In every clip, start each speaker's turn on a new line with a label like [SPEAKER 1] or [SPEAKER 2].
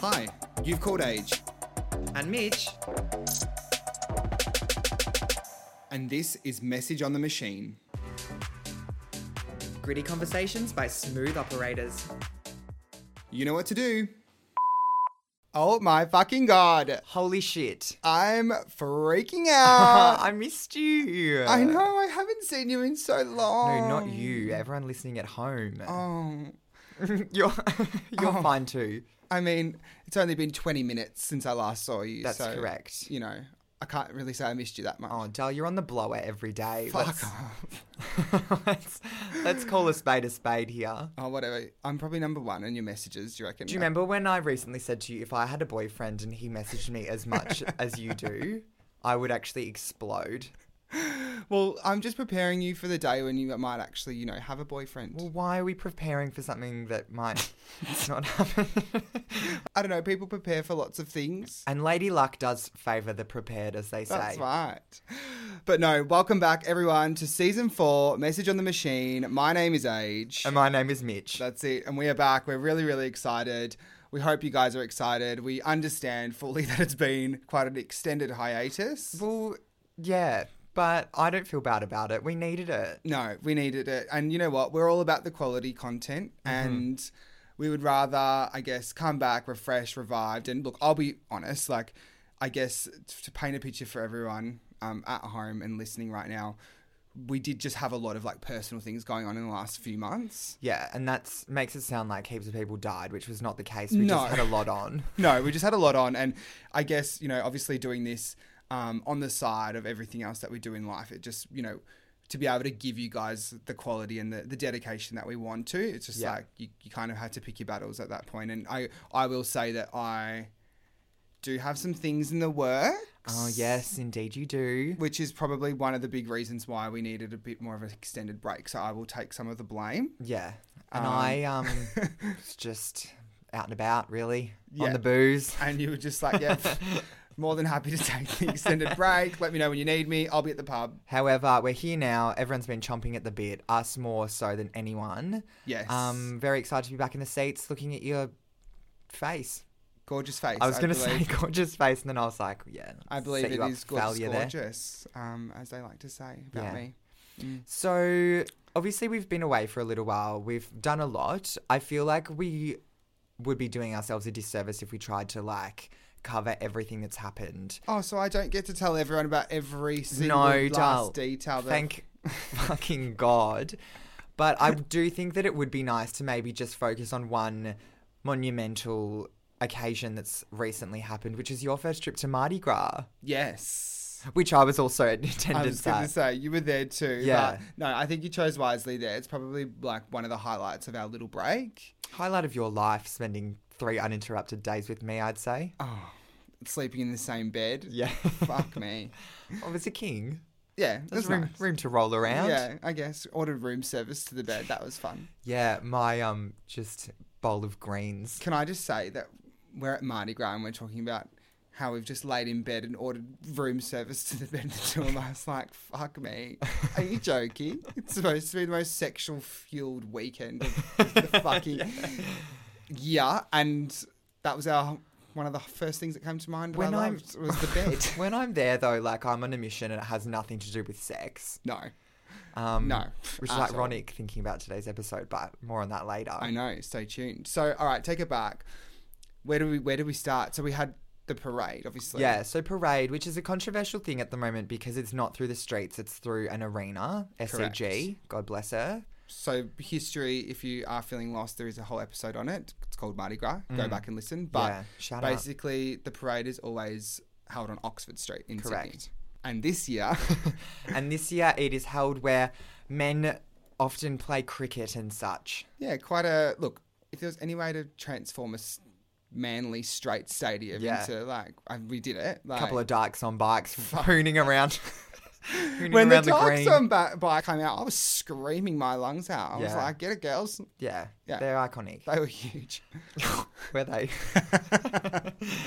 [SPEAKER 1] Hi, you've called Age,
[SPEAKER 2] And Mitch,
[SPEAKER 1] and this is Message on the Machine.
[SPEAKER 2] gritty conversations by smooth operators.
[SPEAKER 1] You know what to do. Oh my fucking god.
[SPEAKER 2] Holy shit.
[SPEAKER 1] I'm freaking out.
[SPEAKER 2] I missed you.
[SPEAKER 1] Uh, I know, I haven't seen you in so long.
[SPEAKER 2] No, not you. Everyone listening at home.
[SPEAKER 1] Oh,
[SPEAKER 2] you're you're
[SPEAKER 1] Oh.
[SPEAKER 2] fine too.
[SPEAKER 1] I mean, it's only been 20 minutes since I last saw you.
[SPEAKER 2] That's
[SPEAKER 1] so,
[SPEAKER 2] correct.
[SPEAKER 1] You know, I can't really say I missed you that much.
[SPEAKER 2] Oh, Dale, you're on the blower every day.
[SPEAKER 1] Fuck
[SPEAKER 2] Let's-
[SPEAKER 1] off.
[SPEAKER 2] let's, let's call a spade a spade here.
[SPEAKER 1] Oh, whatever. I'm probably number one in your messages, do you reckon?
[SPEAKER 2] Do you remember when I recently said to you, if I had a boyfriend and he messaged me as much as you do, I would actually explode?
[SPEAKER 1] Well, I'm just preparing you for the day when you might actually, you know, have a boyfriend.
[SPEAKER 2] Well, why are we preparing for something that might not happen?
[SPEAKER 1] I don't know. People prepare for lots of things.
[SPEAKER 2] and Lady Luck does favour the prepared, as they say.
[SPEAKER 1] That's right. But no, welcome back, everyone, to season four, Message on the Machine. My name is Age.
[SPEAKER 2] And my name is Mitch.
[SPEAKER 1] That's it. And we are back. We're really, really excited. We hope you guys are excited. We understand fully that it's been quite an extended hiatus.
[SPEAKER 2] Well, yeah, but I don't feel bad about it. We needed it.
[SPEAKER 1] No, we needed it. And you know what? We're all about the quality content and we would rather, I guess, come back refreshed, revived. And look, I'll be honest, like, I guess t- to paint a picture for everyone um, at home and listening right now, we did just have a lot of like personal things going on in the last few months.
[SPEAKER 2] Yeah, and that's makes it sound like heaps of people died, which was not the case. We
[SPEAKER 1] No.
[SPEAKER 2] just had a lot on.
[SPEAKER 1] No, we just had a lot on. And I guess, you know, obviously doing this um, on the side of everything else that we do in life, it just, you know, to be able to give you guys the quality and the, the dedication that we want to, it's just
[SPEAKER 2] Yeah.
[SPEAKER 1] like you, you kind of had to pick your battles at that point. And I, I will say that I do have some things in the works.
[SPEAKER 2] Oh, yes, indeed you do.
[SPEAKER 1] Which is probably one of the big reasons why we needed a bit more of an extended break. So I will take some of the blame.
[SPEAKER 2] Yeah. And
[SPEAKER 1] Um,
[SPEAKER 2] I um was just out and about really
[SPEAKER 1] Yeah.
[SPEAKER 2] on the booze.
[SPEAKER 1] And you were just like, yeah, more than happy to take the extended break. Let me know when you need me. I'll be at the pub.
[SPEAKER 2] However, we're here now. Everyone's been chomping at the bit, us more so than anyone.
[SPEAKER 1] Yes.
[SPEAKER 2] Um, very excited to be back in the seats, looking at your face.
[SPEAKER 1] gorgeous face.
[SPEAKER 2] I was going to
[SPEAKER 1] believe-
[SPEAKER 2] say gorgeous face, and then I was like, yeah.
[SPEAKER 1] I
[SPEAKER 2] set
[SPEAKER 1] believe it
[SPEAKER 2] you up
[SPEAKER 1] is
[SPEAKER 2] for
[SPEAKER 1] gorgeous,
[SPEAKER 2] failure there.
[SPEAKER 1] gorgeous um, as they like to say about
[SPEAKER 2] Yeah.
[SPEAKER 1] me.
[SPEAKER 2] So obviously we've been away for a little while. We've done a lot. I feel like we would be doing ourselves a disservice if we tried to like cover everything that's happened.
[SPEAKER 1] Oh, so I don't get to tell everyone about every single
[SPEAKER 2] No,
[SPEAKER 1] last
[SPEAKER 2] Dal.
[SPEAKER 1] detail. That
[SPEAKER 2] Thank fucking God. But I do think that it would be nice to maybe just focus on one monumental occasion that's recently happened, which is your first trip to Mardi Gras,
[SPEAKER 1] yes.
[SPEAKER 2] which I was also in
[SPEAKER 1] I
[SPEAKER 2] attendance
[SPEAKER 1] was going to
[SPEAKER 2] at.
[SPEAKER 1] say you were there too.
[SPEAKER 2] Yeah.
[SPEAKER 1] But no, I think you chose wisely there. It's probably like one of the highlights of our little break.
[SPEAKER 2] Highlight of your life, spending three uninterrupted days with me, I'd say.
[SPEAKER 1] Oh, sleeping in the same bed.
[SPEAKER 2] Yeah.
[SPEAKER 1] Fuck me.
[SPEAKER 2] I was a king.
[SPEAKER 1] Yeah,
[SPEAKER 2] There's
[SPEAKER 1] that's
[SPEAKER 2] room,
[SPEAKER 1] nice.
[SPEAKER 2] room to roll around.
[SPEAKER 1] Yeah, I guess ordered room service to the bed. That was fun.
[SPEAKER 2] Yeah, my um just bowl of greens.
[SPEAKER 1] Can I just say that we're at Mardi Gras and we're talking about how we've just laid in bed and ordered room service to the bed the two of us. Like, fuck me. Are you joking? It's supposed to be the most sexual fueled weekend of, of the fucking yeah. And that was our one of the first things that came to mind when
[SPEAKER 2] When
[SPEAKER 1] I
[SPEAKER 2] I'm-
[SPEAKER 1] loved was the bed.
[SPEAKER 2] When I'm there though, like I'm on a mission and it has nothing to do with sex.
[SPEAKER 1] no,
[SPEAKER 2] Um
[SPEAKER 1] no.
[SPEAKER 2] Which is
[SPEAKER 1] at all.
[SPEAKER 2] ironic thinking about today's episode, but more on that later.
[SPEAKER 1] I know. Stay tuned. So, all right, take it back. Where do we where do we start? So we had the parade, obviously.
[SPEAKER 2] Yeah, so parade, which is a controversial thing at the moment because it's not through the streets, it's through an arena, SAG, God bless her.
[SPEAKER 1] So history, if you are feeling lost, there is a whole episode on it. It's called Mardi Gras. Go back and listen. But
[SPEAKER 2] Mm. yeah, shout out.
[SPEAKER 1] basically, the parade is always held on Oxford Street in
[SPEAKER 2] Correct.
[SPEAKER 1] Sydney. And this year,
[SPEAKER 2] And this year it is held where men often play cricket and such.
[SPEAKER 1] yeah, quite a look. If there was any way to transform a s- manly straight stadium
[SPEAKER 2] Yeah.
[SPEAKER 1] into like, I, we did it. Like,
[SPEAKER 2] A couple of dykes on bikes hooning around. hooning
[SPEAKER 1] when the
[SPEAKER 2] around
[SPEAKER 1] dogs on ba- bike came out, I was screaming my lungs out. I was
[SPEAKER 2] Yeah.
[SPEAKER 1] like, "Get it, girls!"
[SPEAKER 2] Yeah,
[SPEAKER 1] Yeah.
[SPEAKER 2] they're iconic.
[SPEAKER 1] They were huge.
[SPEAKER 2] Were they?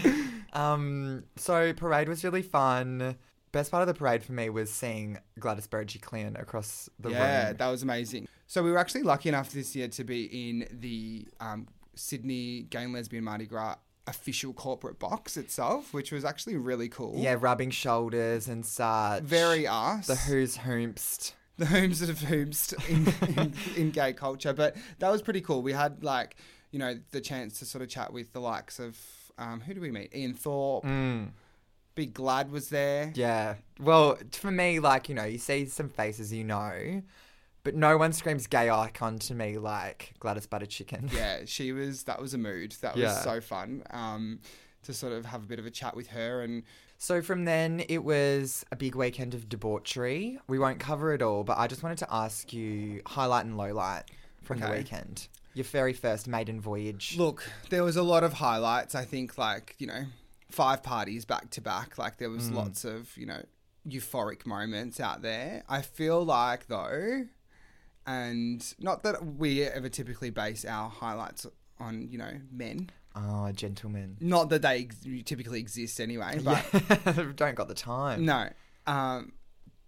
[SPEAKER 2] um, so parade was really fun. Best part of the parade for me was seeing Gladys Berejiklian across the
[SPEAKER 1] yeah,
[SPEAKER 2] room.
[SPEAKER 1] that was amazing. So we were actually lucky enough this year to be in the um, Sydney Gay and Lesbian Mardi Gras official corporate box itself, which was actually really cool.
[SPEAKER 2] Yeah, rubbing shoulders and such.
[SPEAKER 1] Very arse.
[SPEAKER 2] the who's whoomst.
[SPEAKER 1] the homes of homes in, in, in gay culture. But that was pretty cool. We had like, you know, the chance to sort of chat with the likes of um, who do we meet? Ian Thorpe,
[SPEAKER 2] Mm,
[SPEAKER 1] Big Glad was there.
[SPEAKER 2] yeah. Well, for me, like you know, you see some faces you know, but no one screams gay icon to me like Gladys Butter Chicken.
[SPEAKER 1] Yeah, she was. That was a mood. That was
[SPEAKER 2] Yeah.
[SPEAKER 1] so fun. Um, to sort of have a bit of a chat with her and
[SPEAKER 2] So from then, it was a big weekend of debauchery. We won't cover it all, but I just wanted to ask you highlight and low light from the
[SPEAKER 1] Okay.
[SPEAKER 2] weekend. Your very first maiden voyage.
[SPEAKER 1] Look, there was a lot of highlights. I think, like you know, five parties back to back. Like there was lots of you know euphoric moments out there. I feel like though, and not that we ever typically base our highlights on you know men.
[SPEAKER 2] Oh, gentlemen.
[SPEAKER 1] Not that they ex- typically exist anyway. But
[SPEAKER 2] Yeah. Don't got the time.
[SPEAKER 1] no, um,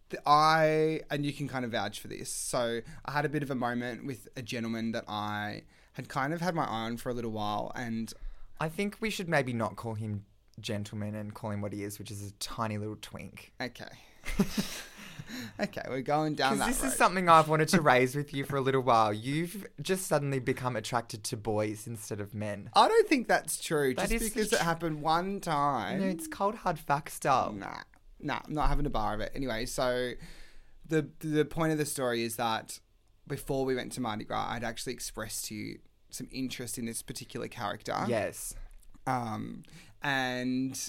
[SPEAKER 1] th- I and you can kind of vouch for this. So I had a bit of a moment with a gentleman that I had kind of had my eye on for a little while, and
[SPEAKER 2] I think we should maybe not call him gentleman and call him what he is, which is a tiny little twink.
[SPEAKER 1] Okay. okay, we're going down
[SPEAKER 2] Because
[SPEAKER 1] that
[SPEAKER 2] this
[SPEAKER 1] road.
[SPEAKER 2] is something I've wanted to raise with you for a little while. You've just suddenly become attracted to boys instead of men.
[SPEAKER 1] I don't think that's true.
[SPEAKER 2] That
[SPEAKER 1] Just
[SPEAKER 2] is
[SPEAKER 1] because
[SPEAKER 2] tr-
[SPEAKER 1] it happened one time.
[SPEAKER 2] No, it's cold hard fact stuff.
[SPEAKER 1] Nah, nah, I'm not having a bar of it. Anyway, so the the point of the story is that before we went to Mardi Gras, I'd actually expressed to you some interest in this particular character.
[SPEAKER 2] Yes.
[SPEAKER 1] Um, and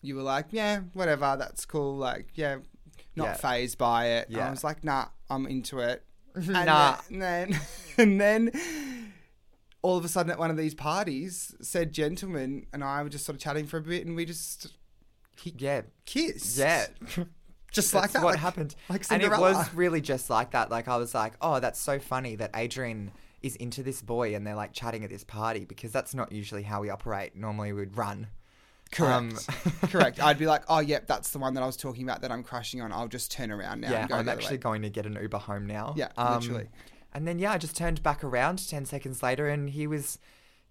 [SPEAKER 1] you were like, yeah, whatever, that's cool. Like, yeah,
[SPEAKER 2] Yeah.
[SPEAKER 1] not phased by it. And I
[SPEAKER 2] Yeah.
[SPEAKER 1] was like, nah, I'm into it. And
[SPEAKER 2] Nah.
[SPEAKER 1] Then, and then, and then all of a sudden at one of these parties, said gentleman and I were just sort of chatting for a bit and we just
[SPEAKER 2] Yeah.
[SPEAKER 1] kissed.
[SPEAKER 2] Yeah.
[SPEAKER 1] Just like
[SPEAKER 2] That's
[SPEAKER 1] that.
[SPEAKER 2] what
[SPEAKER 1] like-
[SPEAKER 2] happened.
[SPEAKER 1] Like
[SPEAKER 2] and it
[SPEAKER 1] Cinderella.
[SPEAKER 2] was really just like that. Like I was like, oh, that's so funny that Adrian is into this boy and they're like chatting at this party because that's not usually how we operate. Normally we'd run. Um,
[SPEAKER 1] Correct. Correct. I'd be like, oh, yep, that's the one that I was talking about that I'm crashing on. I'll just turn around now.
[SPEAKER 2] yeah,
[SPEAKER 1] and go
[SPEAKER 2] I'm
[SPEAKER 1] the other
[SPEAKER 2] actually
[SPEAKER 1] way.
[SPEAKER 2] going to get an Uber home now. Um,
[SPEAKER 1] Yeah, literally.
[SPEAKER 2] And then yeah, I just turned back around ten seconds later and he was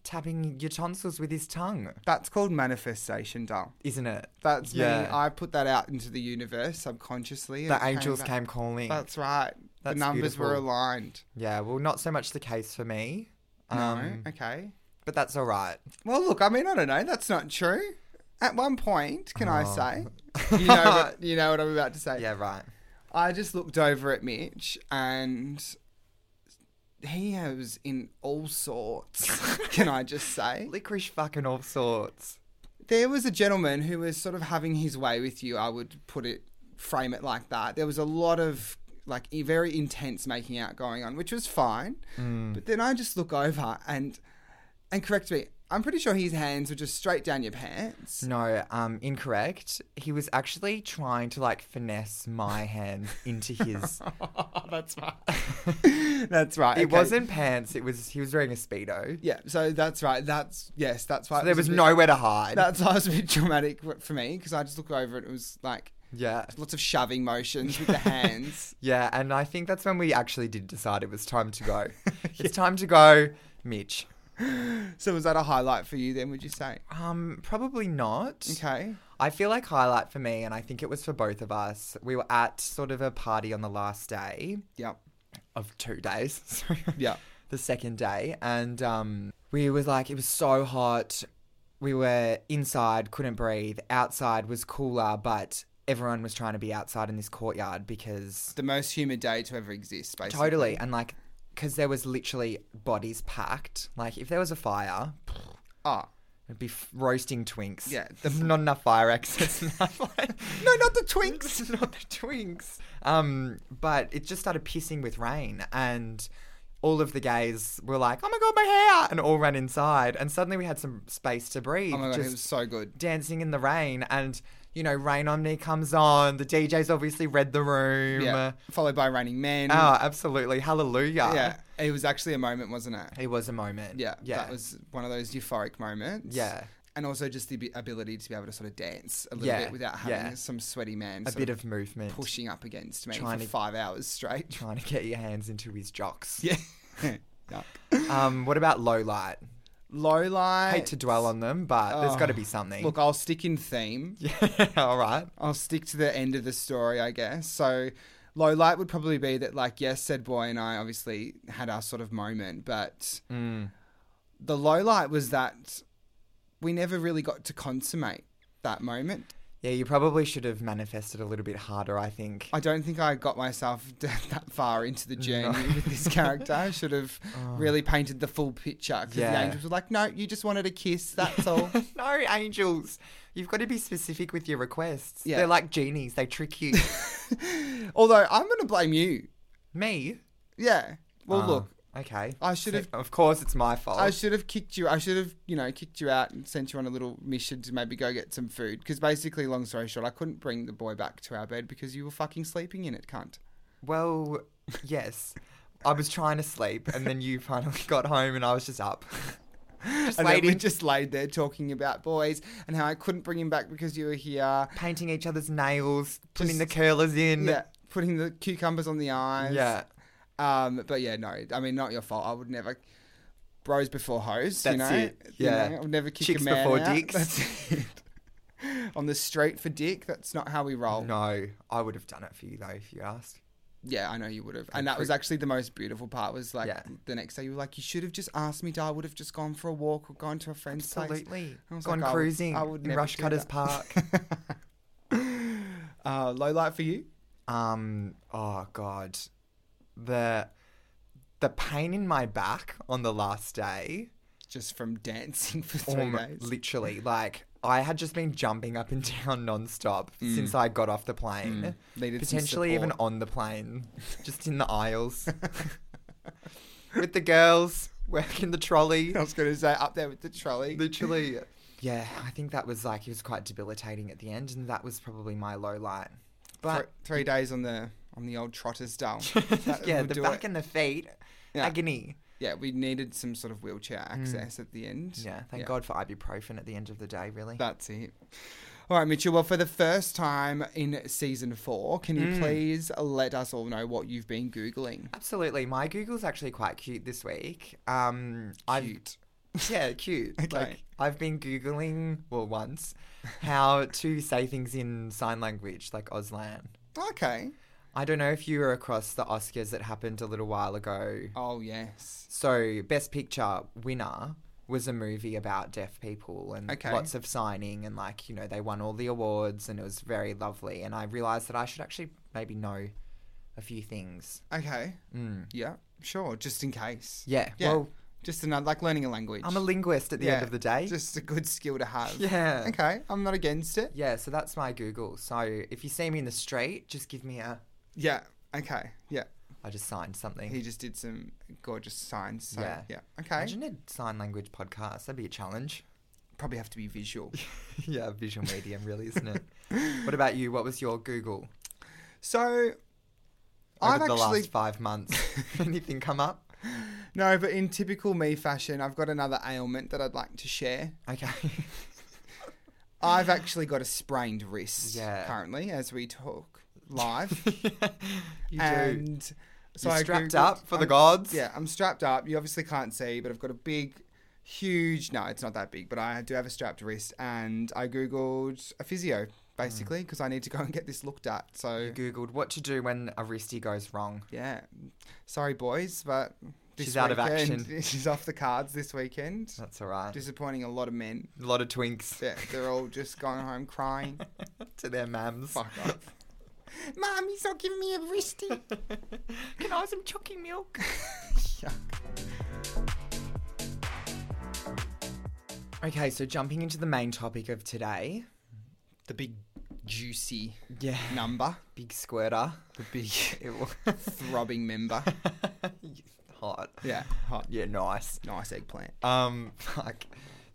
[SPEAKER 2] tapping your tonsils with his tongue,
[SPEAKER 1] That's called manifestation, doll.
[SPEAKER 2] isn't it?
[SPEAKER 1] That's me.
[SPEAKER 2] Yeah.
[SPEAKER 1] I put that out into the universe subconsciously. and
[SPEAKER 2] The
[SPEAKER 1] it came
[SPEAKER 2] angels
[SPEAKER 1] back.
[SPEAKER 2] came calling.
[SPEAKER 1] That's right.
[SPEAKER 2] That's
[SPEAKER 1] the numbers were
[SPEAKER 2] beautiful.
[SPEAKER 1] aligned.
[SPEAKER 2] yeah, well, not so much the case for me.
[SPEAKER 1] No,
[SPEAKER 2] Um,
[SPEAKER 1] okay.
[SPEAKER 2] but that's all right.
[SPEAKER 1] Well, look, I mean, I don't know. That's not true. At one point, can I
[SPEAKER 2] Oh.
[SPEAKER 1] say? You know, what, you know what I'm about to say.
[SPEAKER 2] Yeah, right.
[SPEAKER 1] I just looked over at Mitch and he was in all sorts, can I just say?
[SPEAKER 2] Licorice fucking all sorts.
[SPEAKER 1] There was a gentleman who was sort of having his way with you. I would put it, frame it like that. There was a lot of like e- very intense making out going on, which was fine.
[SPEAKER 2] Mm.
[SPEAKER 1] But then I just look over and and correct me. I'm pretty sure his hands were just straight down your pants.
[SPEAKER 2] No, um, incorrect. He was actually trying to like finesse my hands into his.
[SPEAKER 1] that's right. that's right.
[SPEAKER 2] It
[SPEAKER 1] okay.
[SPEAKER 2] wasn't pants. It was he was wearing a speedo.
[SPEAKER 1] Yeah. So that's right. That's yes. That's why it
[SPEAKER 2] there
[SPEAKER 1] a
[SPEAKER 2] was
[SPEAKER 1] bit-
[SPEAKER 2] nowhere to hide.
[SPEAKER 1] That's why it was a bit dramatic w- for me because I just looked over and it was like
[SPEAKER 2] yeah,
[SPEAKER 1] lots of shoving motions with the hands.
[SPEAKER 2] yeah, and I think that's when we actually did decide it was time to go. It's time to go, Mitch.
[SPEAKER 1] So was that a highlight for you then? Would you say?
[SPEAKER 2] Um, probably not.
[SPEAKER 1] Okay.
[SPEAKER 2] I feel like highlight for me, and I think it was for both of us. We were at sort of a party on the last day
[SPEAKER 1] Yep.
[SPEAKER 2] of two days. Sorry.
[SPEAKER 1] Yeah.
[SPEAKER 2] the second day and um, we was like it was so hot we were inside couldn't breathe outside was cooler but everyone was trying to be outside in this courtyard because
[SPEAKER 1] The most humid day to ever exist, basically.
[SPEAKER 2] totally and like because there was literally bodies packed like if there was a fire
[SPEAKER 1] Ah.
[SPEAKER 2] it'd be f- roasting twinks
[SPEAKER 1] Yeah, the-
[SPEAKER 2] there's not enough fire access enough, like,
[SPEAKER 1] No, not the twinks.
[SPEAKER 2] It's not the twinks. Um, but it just started pissing with rain, and all of the gays were like, "Oh my god, my hair!" and all ran inside, and suddenly we had some space to breathe,
[SPEAKER 1] Oh my god,
[SPEAKER 2] just
[SPEAKER 1] it was so good.
[SPEAKER 2] dancing in the rain, and you know, "Rain on Me" comes on. The DJ's obviously read the room.
[SPEAKER 1] Yeah. Followed by Raining Men.
[SPEAKER 2] Oh, absolutely, hallelujah!
[SPEAKER 1] yeah. It was actually a moment, wasn't it?
[SPEAKER 2] it was a moment.
[SPEAKER 1] Yeah,
[SPEAKER 2] yeah,
[SPEAKER 1] That was one of those euphoric moments.
[SPEAKER 2] yeah.
[SPEAKER 1] And also just the abi- ability to be able to sort of dance a little
[SPEAKER 2] Yeah,
[SPEAKER 1] bit without having
[SPEAKER 2] yeah.
[SPEAKER 1] some sweaty man
[SPEAKER 2] A
[SPEAKER 1] sort
[SPEAKER 2] bit
[SPEAKER 1] of
[SPEAKER 2] of movement,
[SPEAKER 1] pushing up against me
[SPEAKER 2] Trying
[SPEAKER 1] for
[SPEAKER 2] to-
[SPEAKER 1] five hours straight.
[SPEAKER 2] trying to get your hands into his jocks.
[SPEAKER 1] Yeah. Yuck.
[SPEAKER 2] Um, what about low light?
[SPEAKER 1] Low light.
[SPEAKER 2] Hate to dwell on them, but there's
[SPEAKER 1] Oh,
[SPEAKER 2] got to be something.
[SPEAKER 1] Look, I'll stick in theme.
[SPEAKER 2] yeah, all right.
[SPEAKER 1] I'll stick to the end of the story, I guess. So, low light would probably be that, like, yes, said boy and I obviously had our sort of moment, but
[SPEAKER 2] Mm.
[SPEAKER 1] the low light was that we never really got to consummate that moment.
[SPEAKER 2] Yeah, you probably should have manifested a little bit harder, I think.
[SPEAKER 1] I don't think I got myself d- that far into the journey with this character. I should have really painted the full picture because
[SPEAKER 2] Oh. Yeah.
[SPEAKER 1] the angels were like, no, you just wanted a kiss, that's all.
[SPEAKER 2] no, angels. You've got to be specific with your requests.
[SPEAKER 1] Yeah.
[SPEAKER 2] They're like genies, they trick you.
[SPEAKER 1] Although, I'm going to blame you.
[SPEAKER 2] Me?
[SPEAKER 1] Yeah. Well,
[SPEAKER 2] Ah,
[SPEAKER 1] look,
[SPEAKER 2] Okay.
[SPEAKER 1] I should
[SPEAKER 2] So-
[SPEAKER 1] have-
[SPEAKER 2] Of course, it's my fault.
[SPEAKER 1] I should have kicked you. I should have, you know, kicked you out and sent you on a little mission to maybe go get some food. Because basically, long story short, I couldn't bring the boy back to our bed because you were fucking sleeping in it, cunt.
[SPEAKER 2] Well, yes. I was trying to sleep, and then you finally got home, and I was just up. just
[SPEAKER 1] and then
[SPEAKER 2] waiting,
[SPEAKER 1] we just laid there talking about boys and how I couldn't bring him back because you were here.
[SPEAKER 2] painting each other's nails, putting the
[SPEAKER 1] Just-
[SPEAKER 2] curlers in.
[SPEAKER 1] yeah, putting the cucumbers on the eyes.
[SPEAKER 2] Yeah,
[SPEAKER 1] Um, but yeah, no, I mean, not your fault. I would never. Bros before hoes, you
[SPEAKER 2] That's
[SPEAKER 1] know.
[SPEAKER 2] it.
[SPEAKER 1] You
[SPEAKER 2] Yeah.
[SPEAKER 1] know, I would never kick
[SPEAKER 2] Chicks
[SPEAKER 1] a man
[SPEAKER 2] before
[SPEAKER 1] out.
[SPEAKER 2] dicks.
[SPEAKER 1] That's it. on the street for dick. That's not how we roll.
[SPEAKER 2] Oh, No, I would have done it for you, though, if you asked.
[SPEAKER 1] Yeah, I know you would have.
[SPEAKER 2] And
[SPEAKER 1] And that was
[SPEAKER 2] fruit.
[SPEAKER 1] actually the most beautiful part was like
[SPEAKER 2] Yeah.
[SPEAKER 1] the next day you were like, You should have just asked me to I would have just gone for a walk or gone to a friend's place.
[SPEAKER 2] Absolutely.
[SPEAKER 1] I was
[SPEAKER 2] Gone
[SPEAKER 1] like, I would-
[SPEAKER 2] cruising
[SPEAKER 1] I would
[SPEAKER 2] in
[SPEAKER 1] never do that.
[SPEAKER 2] Rushcutters Park.
[SPEAKER 1] uh, low light for you?
[SPEAKER 2] um, oh, God. The, the pain in my back on the last day.
[SPEAKER 1] Just from dancing for three
[SPEAKER 2] Almo-
[SPEAKER 1] days.
[SPEAKER 2] literally, like I had just been jumping up and down nonstop since I got off the plane.
[SPEAKER 1] Needed some
[SPEAKER 2] Potentially even
[SPEAKER 1] Mm. support.
[SPEAKER 2] on the plane, just in the aisles with the girls working the trolley.
[SPEAKER 1] I was gonna say up there with the trolley.
[SPEAKER 2] Literally, yeah. I think that was like it was quite debilitating at the end, and that was probably my low light.
[SPEAKER 1] Thr-
[SPEAKER 2] But
[SPEAKER 1] three days on the on the old trotter's doll. That
[SPEAKER 2] yeah,
[SPEAKER 1] would
[SPEAKER 2] the
[SPEAKER 1] do
[SPEAKER 2] back
[SPEAKER 1] it.
[SPEAKER 2] and the feet,
[SPEAKER 1] Yeah.
[SPEAKER 2] agony.
[SPEAKER 1] Yeah, we needed some sort of wheelchair access at the end.
[SPEAKER 2] Mm. Yeah, thank God for ibuprofen at the end of the day. Really,
[SPEAKER 1] That's it. All right, Mitchell. Well, for the first time in season four, can
[SPEAKER 2] Mm.
[SPEAKER 1] you please let us all know what you've been Googling?
[SPEAKER 2] absolutely. My Google's actually quite cute this week. Um, I've
[SPEAKER 1] Cute.
[SPEAKER 2] Yeah, cute.
[SPEAKER 1] Okay.
[SPEAKER 2] Like I've been googling, well, once, how to say things in sign language, like Auslan.
[SPEAKER 1] Okay.
[SPEAKER 2] I don't know if you were across the Oscars that happened a little while ago.
[SPEAKER 1] Oh, yes.
[SPEAKER 2] So, Best Picture winner was a movie about deaf people and
[SPEAKER 1] Okay.
[SPEAKER 2] lots of signing and like you know they won all the awards and it was very lovely and I realized that I should actually maybe know a few things.
[SPEAKER 1] Okay.
[SPEAKER 2] Mm.
[SPEAKER 1] Yeah, sure. Just in case.
[SPEAKER 2] Yeah.
[SPEAKER 1] Yeah.
[SPEAKER 2] Well,
[SPEAKER 1] Just another, like learning a language.
[SPEAKER 2] I'm a linguist at the end
[SPEAKER 1] Yeah,
[SPEAKER 2] of the day.
[SPEAKER 1] Just a good skill to have.
[SPEAKER 2] yeah.
[SPEAKER 1] Okay, I'm not against it.
[SPEAKER 2] Yeah, so that's my Google. So if you see me in the street, just give me a.
[SPEAKER 1] Yeah. Okay. Yeah.
[SPEAKER 2] I just signed something.
[SPEAKER 1] He just did some gorgeous signs. So, yeah.
[SPEAKER 2] Yeah.
[SPEAKER 1] Okay.
[SPEAKER 2] Imagine a sign language podcast. That'd be a challenge.
[SPEAKER 1] Probably have to be visual.
[SPEAKER 2] yeah, visual medium, really, isn't it? what about you? What was your Google
[SPEAKER 1] So,
[SPEAKER 2] over
[SPEAKER 1] I've
[SPEAKER 2] the
[SPEAKER 1] actually
[SPEAKER 2] last five months? Anything come up?
[SPEAKER 1] No, but in typical me fashion, I've got another ailment that I'd like to share.
[SPEAKER 2] Okay.
[SPEAKER 1] I've actually got a sprained wrist
[SPEAKER 2] Yeah.
[SPEAKER 1] currently as we talk live.
[SPEAKER 2] you do.
[SPEAKER 1] and so
[SPEAKER 2] You're
[SPEAKER 1] I
[SPEAKER 2] strapped
[SPEAKER 1] Googled-
[SPEAKER 2] up for the
[SPEAKER 1] I'm-
[SPEAKER 2] gods.
[SPEAKER 1] Yeah, I'm strapped up. You obviously can't see, but I've got a big, huge. No, it's not that big, but I do have a strapped wrist. And I Googled a physio basically because I need to go and get this looked at.
[SPEAKER 2] Mm.
[SPEAKER 1] So,
[SPEAKER 2] You Googled what to do when a wristy goes wrong.
[SPEAKER 1] yeah. Sorry, boys, but. This
[SPEAKER 2] She's out of
[SPEAKER 1] weekend- She's off the cards this weekend.
[SPEAKER 2] That's all right.
[SPEAKER 1] Disappointing a lot of men.
[SPEAKER 2] a lot of twinks
[SPEAKER 1] Yeah, they're all just going home crying.
[SPEAKER 2] to their mams.
[SPEAKER 1] Fuck off. Mom, he's not giving me a wristy.
[SPEAKER 2] Can I have some chalky milk? Okay, so jumping into the main topic of today.
[SPEAKER 1] The big juicy
[SPEAKER 2] Yeah.
[SPEAKER 1] number,
[SPEAKER 2] Big squirter.
[SPEAKER 1] the big
[SPEAKER 2] Ew.
[SPEAKER 1] throbbing member.
[SPEAKER 2] Hot.
[SPEAKER 1] Yeah, hot.
[SPEAKER 2] Yeah, nice.
[SPEAKER 1] Nice eggplant.
[SPEAKER 2] Um, fuck.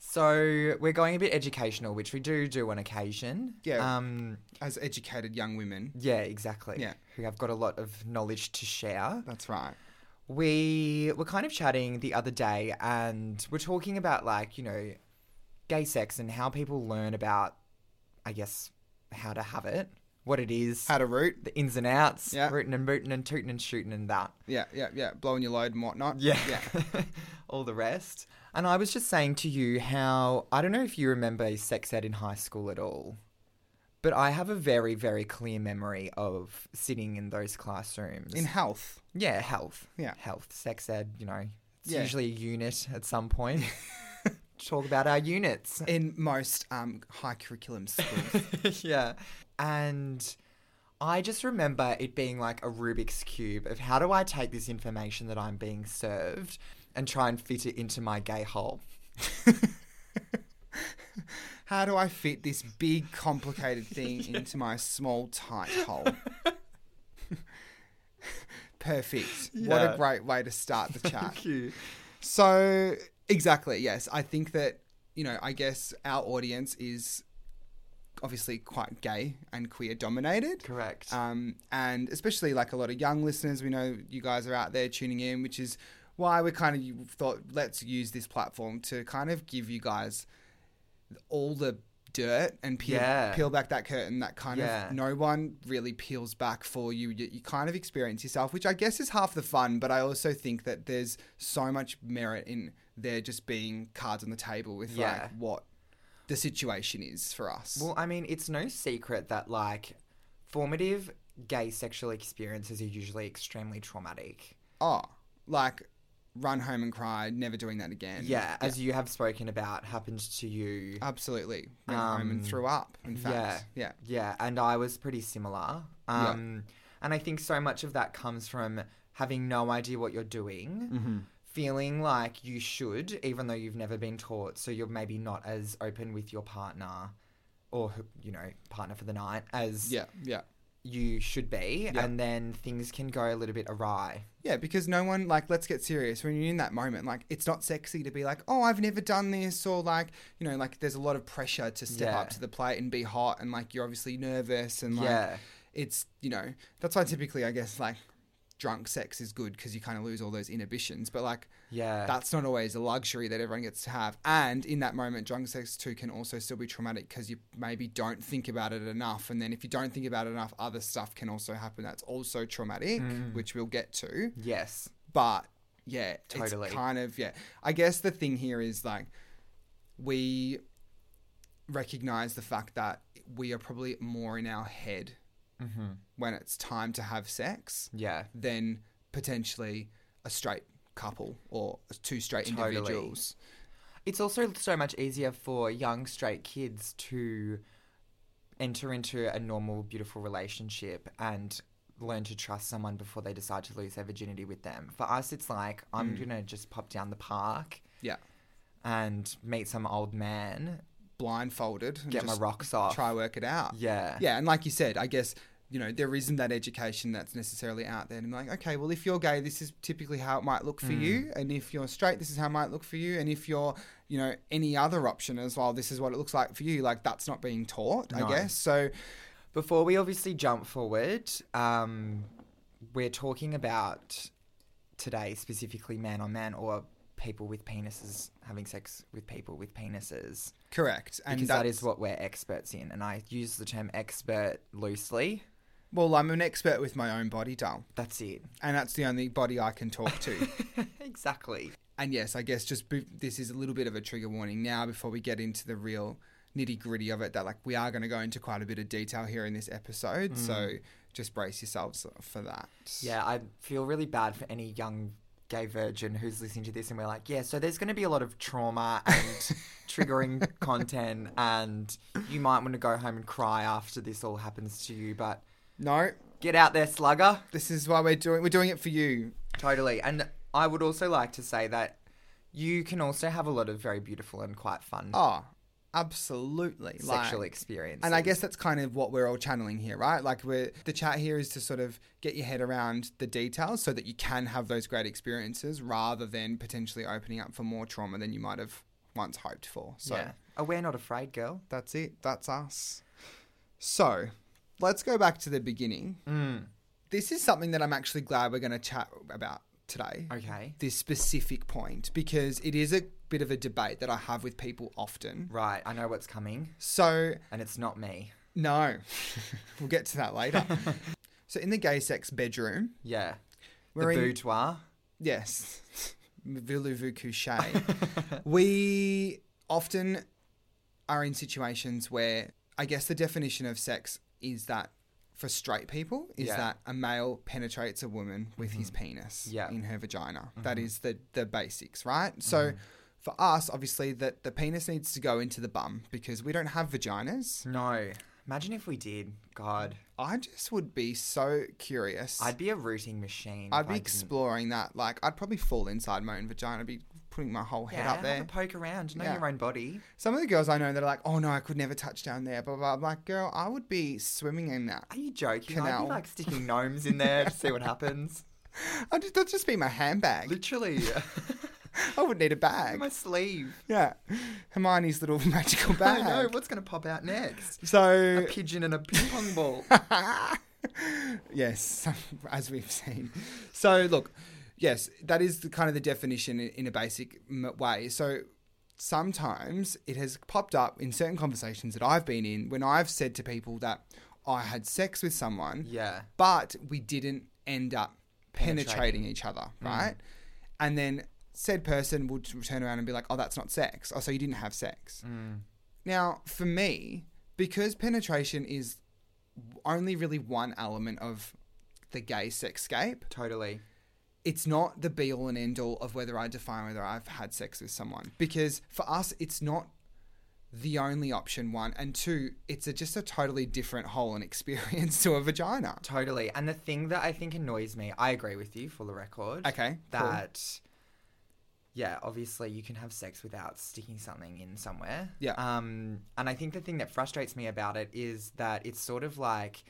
[SPEAKER 2] So we're going a bit educational, which we do do on occasion.
[SPEAKER 1] Yeah.
[SPEAKER 2] Um,
[SPEAKER 1] As educated young women,
[SPEAKER 2] yeah, exactly.
[SPEAKER 1] Yeah.
[SPEAKER 2] Who have got a lot of knowledge to share.
[SPEAKER 1] that's right.
[SPEAKER 2] We were kind of chatting the other day and we're talking about like, you know, gay sex and how people learn about, I guess, how to have it, what it is.
[SPEAKER 1] How to root.
[SPEAKER 2] the ins and outs,
[SPEAKER 1] Yeah.
[SPEAKER 2] rooting and booting and tooting and shooting and that.
[SPEAKER 1] Yeah, yeah, yeah. Blowing your load and whatnot.
[SPEAKER 2] Yeah.
[SPEAKER 1] Yeah.
[SPEAKER 2] All all the rest. And I was just saying to you how I don't know if you remember sex ed in high school at all, but I have a very, very clear memory of sitting in those classrooms.
[SPEAKER 1] in health.
[SPEAKER 2] yeah, health.
[SPEAKER 1] Yeah.
[SPEAKER 2] Health, sex ed, you know, it's
[SPEAKER 1] Yeah.
[SPEAKER 2] usually a unit at some point. Talk about our units.
[SPEAKER 1] In most um, high curriculum schools.
[SPEAKER 2] yeah. And I just remember it being like a Rubik's Cube of how do I take this information that I'm being served and try and fit it into my gay hole?
[SPEAKER 1] How do I fit this big, complicated thing into my small, tight hole? Perfect. What
[SPEAKER 2] Yeah.
[SPEAKER 1] a great way to start the chat.
[SPEAKER 2] you.
[SPEAKER 1] So, exactly, yes. I think that, you know, I guess our audience is obviously quite gay and queer dominated.
[SPEAKER 2] Correct.
[SPEAKER 1] Um, and especially like a lot of young listeners, we know you guys are out there tuning in, which is why we kind of thought let's use this platform to kind of give you guys all the dirt and peel,
[SPEAKER 2] Yeah.
[SPEAKER 1] peel back that curtain that kind
[SPEAKER 2] Yeah.
[SPEAKER 1] of no one really peels back for you. you you kind of experience yourself which i guess is half the fun but i also think that there's so much merit in there just being cards on the table with
[SPEAKER 2] Yeah.
[SPEAKER 1] like what the situation is for us
[SPEAKER 2] well, I mean, it's no secret that like formative gay sexual experiences are usually extremely traumatic.
[SPEAKER 1] oh, like run home and cry, never doing that again.
[SPEAKER 2] Yeah, as you have spoken about, happened to you.
[SPEAKER 1] absolutely. Went home
[SPEAKER 2] Um,
[SPEAKER 1] and threw up. In fact, yeah,
[SPEAKER 2] Yeah, and I was pretty similar.
[SPEAKER 1] Yeah.
[SPEAKER 2] Um, And I think so much of that comes from having no idea what you're doing,
[SPEAKER 1] Mm-hmm.
[SPEAKER 2] feeling like you should, even though you've never been taught. So you're maybe not as open with your partner or, who- you know, partner for the night as
[SPEAKER 1] yeah, yeah,
[SPEAKER 2] you should be.
[SPEAKER 1] Yeah.
[SPEAKER 2] And then things can go a little bit awry.
[SPEAKER 1] yeah. Because no one like, let's get serious. When you're in that moment, like, it's not sexy to be like, oh, I've never done this, or like, you know, like, there's a lot of pressure to step
[SPEAKER 2] Yeah.
[SPEAKER 1] up to the plate and be hot, and like, you're obviously nervous, and like,
[SPEAKER 2] yeah.
[SPEAKER 1] it's you know, that's why typically, I guess, like. Drunk sex is good because you kind of lose all those inhibitions, but like
[SPEAKER 2] Yeah.
[SPEAKER 1] that's not always a luxury that everyone gets to have. And in that moment, drunk sex too can also still be traumatic because you maybe don't think about it enough. And then if you don't think about it enough, other stuff can also happen that's also traumatic,
[SPEAKER 2] Mm.
[SPEAKER 1] which we'll get to.
[SPEAKER 2] yes.
[SPEAKER 1] But yeah,
[SPEAKER 2] Totally.
[SPEAKER 1] it's kind of, yeah. I guess the thing here is like, we recognize the fact that we are probably more in our head
[SPEAKER 2] Mm-hmm.
[SPEAKER 1] when it's time to have sex
[SPEAKER 2] Yeah.
[SPEAKER 1] than potentially a straight couple or two straight
[SPEAKER 2] Totally.
[SPEAKER 1] individuals.
[SPEAKER 2] It's also so much easier for young straight kids to enter into a normal, beautiful relationship and learn to trust someone before they decide to lose their virginity with them. For us, it's like, I'm going to just pop down the park.
[SPEAKER 1] Hmm. Yeah.
[SPEAKER 2] And meet some old man,
[SPEAKER 1] blindfolded and
[SPEAKER 2] get
[SPEAKER 1] just
[SPEAKER 2] my rocks off.
[SPEAKER 1] try work it out.
[SPEAKER 2] yeah.
[SPEAKER 1] Yeah, and like you said, I guess you know there isn't that education that's necessarily out there. And like, okay, well, if you're gay, this is typically how it might look for you,
[SPEAKER 2] Mm.
[SPEAKER 1] and if you're straight, this is how it might look for you, and if you're you know any other option as well, this is what it looks like for you. Like that's not being taught,
[SPEAKER 2] No.
[SPEAKER 1] I guess. So
[SPEAKER 2] Before we obviously jump forward, um, we're talking about today specifically man on man or people with penises having sex with people with penises.
[SPEAKER 1] correct, and
[SPEAKER 2] because that
[SPEAKER 1] that's-
[SPEAKER 2] is what we're experts in. And I use the term expert loosely.
[SPEAKER 1] well, I'm an expert with my own body, doll,
[SPEAKER 2] That's it.
[SPEAKER 1] and that's the only body I can talk to.
[SPEAKER 2] exactly.
[SPEAKER 1] And yes, I guess just be- this is a little bit of a trigger warning now before we get into the real nitty gritty of it. That like we are going to go into quite a bit of detail here in this episode, so just brace yourselves for that.
[SPEAKER 2] Mm. Yeah, I feel really bad for any young gay virgin who's listening to this and we're like, yeah, so there's going to be a lot of trauma and triggering content, and you might want to go home and cry after this all happens to you. But
[SPEAKER 1] No,
[SPEAKER 2] get out there, slugger.
[SPEAKER 1] this is why we're doing we're doing it for you.
[SPEAKER 2] Totally. And I would also like to say that you can also have a lot of very beautiful and quite fun
[SPEAKER 1] Oh, absolutely. Like-
[SPEAKER 2] sexual experiences.
[SPEAKER 1] And I guess that's kind of what we're all channeling here, right? Like we're the chat here is to sort of get your head around the details so that you can have those great experiences rather than potentially opening up for more trauma than you might have once hoped for. So
[SPEAKER 2] yeah. Oh, we're not afraid, girl.
[SPEAKER 1] That's it. That's us. So, let's go back to the beginning.
[SPEAKER 2] Mm.
[SPEAKER 1] This is something that I'm actually glad we're going to chat about today.
[SPEAKER 2] Okay.
[SPEAKER 1] This specific point, because it is a bit of a debate that I have with people often.
[SPEAKER 2] Right, I know what's coming,
[SPEAKER 1] So,
[SPEAKER 2] and it's not me.
[SPEAKER 1] no, we'll get to that later. so, in the gay sex bedroom,
[SPEAKER 2] Yeah.
[SPEAKER 1] we're
[SPEAKER 2] the
[SPEAKER 1] in.
[SPEAKER 2] boudoir.
[SPEAKER 1] Yes. Viluvu Couche, we often are in situations where I guess the definition of sex is that for straight people is
[SPEAKER 2] Yeah. Mm-hmm.
[SPEAKER 1] that a male penetrates a woman with his penis
[SPEAKER 2] Yeah. Mm-hmm.
[SPEAKER 1] in her vagina. That is the the basics, right? So for us, obviously, that the penis needs to go into the bum because we don't have vaginas.
[SPEAKER 2] No. Imagine if we did. God.
[SPEAKER 1] I just would be so curious.
[SPEAKER 2] I'd be a rooting machine.
[SPEAKER 1] I'd
[SPEAKER 2] if
[SPEAKER 1] be
[SPEAKER 2] I didn't-
[SPEAKER 1] exploring that. Like, I'd probably fall inside my own vagina, be putting my whole head
[SPEAKER 2] Yeah,
[SPEAKER 1] up there.
[SPEAKER 2] Have a poke around. Know
[SPEAKER 1] Yeah.
[SPEAKER 2] your own body.
[SPEAKER 1] Some of the girls I know that are like, oh no, I could never touch down there, blah, blah. blah. I'm like, girl, I would be swimming in that.
[SPEAKER 2] Are you joking? I'd
[SPEAKER 1] Canal.
[SPEAKER 2] be like sticking gnomes in there to see what happens.
[SPEAKER 1] I'd just, that'd just be my handbag.
[SPEAKER 2] Literally.
[SPEAKER 1] I would need a
[SPEAKER 2] in
[SPEAKER 1] bag.
[SPEAKER 2] my sleeve.
[SPEAKER 1] Yeah. Hermione's little magical
[SPEAKER 2] I
[SPEAKER 1] bag.
[SPEAKER 2] know. What's going to pop out next? A
[SPEAKER 1] So,
[SPEAKER 2] pigeon and a ping pong ball.
[SPEAKER 1] yes, as we've seen. So, look, yes, that is the kind of the definition in, in a basic m- way. So, sometimes it has popped up in certain conversations that I've been in when I've said to people that I had sex with someone,
[SPEAKER 2] yeah.
[SPEAKER 1] but we didn't end up penetrating,
[SPEAKER 2] Penetrating.
[SPEAKER 1] each other, right? And then said person would turn around and be like, oh, that's not sex. Oh, so you didn't have sex. Now, for me, because penetration is only really one element of the gay sexscape,
[SPEAKER 2] Totally.
[SPEAKER 1] it's not the be all and end all of whether I define whether I've had sex with someone. Because for us, it's not the only option, one. And two, it's a, just a totally different whole and experience to a vagina.
[SPEAKER 2] Totally. And the thing that I think annoys me, I agree with you for the record.
[SPEAKER 1] Okay. cool.
[SPEAKER 2] That yeah, obviously you can have sex without sticking something in somewhere.
[SPEAKER 1] Yeah.
[SPEAKER 2] Um and I think the thing that frustrates me about it is that it's sort of like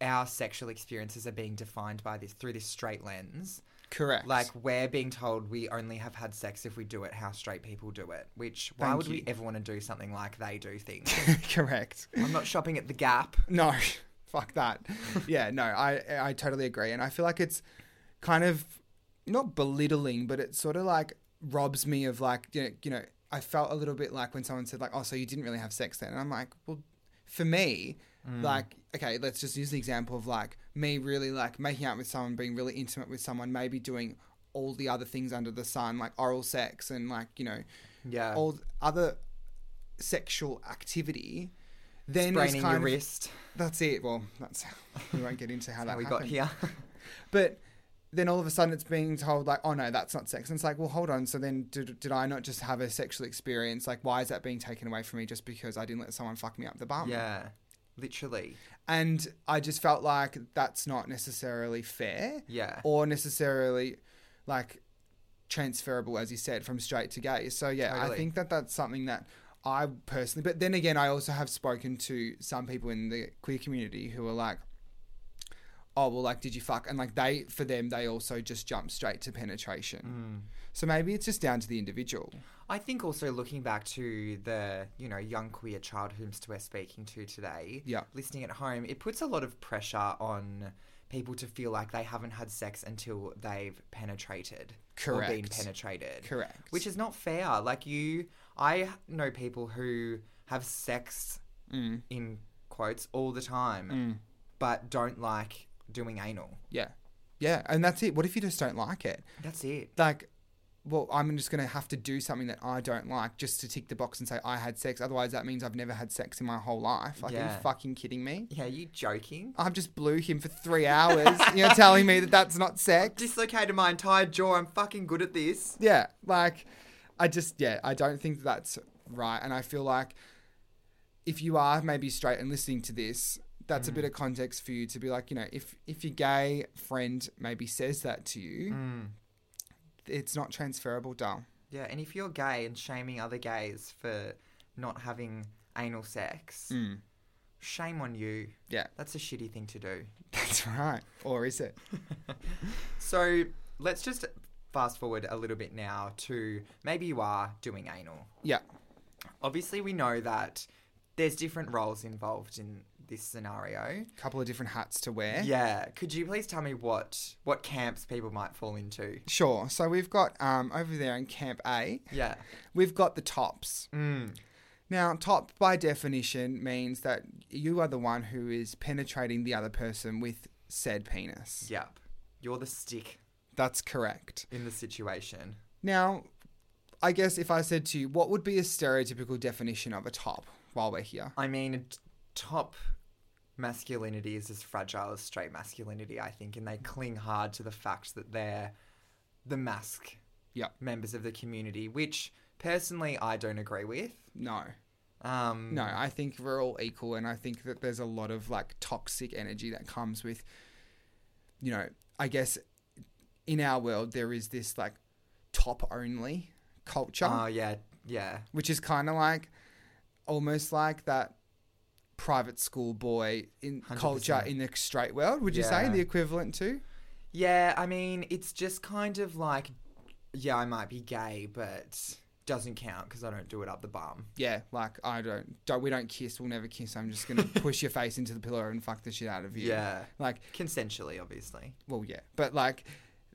[SPEAKER 2] our sexual experiences are being defined by this through this straight lens.
[SPEAKER 1] Correct.
[SPEAKER 2] Like we're being told we only have had sex if we do it how straight people do it, which why
[SPEAKER 1] Thank
[SPEAKER 2] would
[SPEAKER 1] you.
[SPEAKER 2] we ever want to do something like they do things?
[SPEAKER 1] correct.
[SPEAKER 2] I'm not shopping at the Gap.
[SPEAKER 1] No, fuck that. yeah, no, I I totally agree, and I feel like it's kind of not belittling, but it sort of like robs me of like you know, you know I felt a little bit like when someone said like, oh, so you didn't really have sex then, and I'm like, well, for me. Like, okay, let's just use the example of like me really like making out with someone, being really intimate with someone, maybe doing all the other things under the sun, like oral sex and like, you know,
[SPEAKER 2] Yeah.
[SPEAKER 1] all other sexual activity. Then it's
[SPEAKER 2] Spraining
[SPEAKER 1] kind
[SPEAKER 2] your
[SPEAKER 1] of,
[SPEAKER 2] wrist.
[SPEAKER 1] that's it. Well, that's we won't get into how that
[SPEAKER 2] How we got
[SPEAKER 1] happened.
[SPEAKER 2] here.
[SPEAKER 1] But then all of a sudden, it's being told like, oh no, that's not sex. And it's like, well, hold on. So then, did, did I not just have a sexual experience? Like, why is that being taken away from me just because I didn't let someone fuck me up the bum?
[SPEAKER 2] yeah. Literally.
[SPEAKER 1] And I just felt like that's not necessarily fair
[SPEAKER 2] Yeah.
[SPEAKER 1] or necessarily like transferable, as you said, from straight to gay. So yeah, I
[SPEAKER 2] Totally.
[SPEAKER 1] think that that's something that I personally. But then again, I also have spoken to some people in the queer community who are like, "Oh well, like did you fuck?" And like they, for them, they also just jump straight to penetration.
[SPEAKER 2] Mm.
[SPEAKER 1] So maybe it's just down to the individual.
[SPEAKER 2] I think also looking back to the, you know, young queer child whom we're speaking to today,
[SPEAKER 1] Yeah.
[SPEAKER 2] listening at home, it puts a lot of pressure on people to feel like they haven't had sex until they've penetrated or been
[SPEAKER 1] Correct.
[SPEAKER 2] penetrated.
[SPEAKER 1] Correct.
[SPEAKER 2] Which is not fair. Like you I know people who have sex
[SPEAKER 1] Mm.
[SPEAKER 2] in quotes all the time but don't like doing anal.
[SPEAKER 1] yeah, yeah, and that's it. What if you just don't like it?
[SPEAKER 2] That's it.
[SPEAKER 1] like, well, I'm just going to have to do something that I don't like just to tick the box and say I had sex. Otherwise, that means I've never had sex in my whole life. Like, are
[SPEAKER 2] Yeah.
[SPEAKER 1] you fucking kidding me?
[SPEAKER 2] Yeah, you joking?
[SPEAKER 1] I've just blew him for three hours. You're telling me that that's not sex?
[SPEAKER 2] Dislocated my entire jaw. I'm fucking good at this.
[SPEAKER 1] Yeah, like, I just, yeah, I don't think that's right. And I feel like if you are maybe straight and listening to this, that's a bit of context for you to be like, you know, if if your gay friend maybe says that to you,
[SPEAKER 2] Mm.
[SPEAKER 1] it's not transferable, doll.
[SPEAKER 2] Yeah, and if you're gay and shaming other gays for not having anal sex, shame on you.
[SPEAKER 1] Mm. Yeah.
[SPEAKER 2] That's a shitty thing to do.
[SPEAKER 1] That's right. Or is it?
[SPEAKER 2] So let's just fast forward a little bit now to maybe you are doing anal.
[SPEAKER 1] Yeah.
[SPEAKER 2] Obviously, we know that there's different roles involved in this scenario.
[SPEAKER 1] couple of different hats to wear.
[SPEAKER 2] Yeah, could you please tell me what what camps people might fall into?
[SPEAKER 1] Sure. So we've got um, over there in Camp A,
[SPEAKER 2] Yeah.
[SPEAKER 1] we've got the tops.
[SPEAKER 2] Mm.
[SPEAKER 1] Now, top by definition means that you are the one who is penetrating the other person with said penis.
[SPEAKER 2] Yep. You're the stick
[SPEAKER 1] That's correct.
[SPEAKER 2] in the situation.
[SPEAKER 1] Now, I guess if I said to you, what would be a stereotypical definition of a top while we're here?
[SPEAKER 2] I mean, t- top masculinity is as fragile as straight masculinity, I think, and they cling hard to the fact that they're the mask
[SPEAKER 1] Yep.
[SPEAKER 2] members of the community, which personally I don't agree with.
[SPEAKER 1] No.
[SPEAKER 2] Um,
[SPEAKER 1] No, I think we're all equal, and I think that there's a lot of like toxic energy that comes with, you know, I guess in our world, there is this like top only culture,
[SPEAKER 2] Oh, yeah, yeah.
[SPEAKER 1] which is kind of like almost like that private school boy in culture
[SPEAKER 2] 100%.
[SPEAKER 1] in the straight world, would you say?
[SPEAKER 2] Yeah.
[SPEAKER 1] The equivalent to?
[SPEAKER 2] Yeah, I mean, it's just kind of like, yeah, I might be gay, but doesn't count because I don't do it up the bum.
[SPEAKER 1] Yeah, like I don't, don't, we don't kiss, we'll never kiss. I'm just gonna push your face into the pillow and fuck the shit out of you.
[SPEAKER 2] Yeah.
[SPEAKER 1] Like,
[SPEAKER 2] Consensually, obviously.
[SPEAKER 1] well yeah but like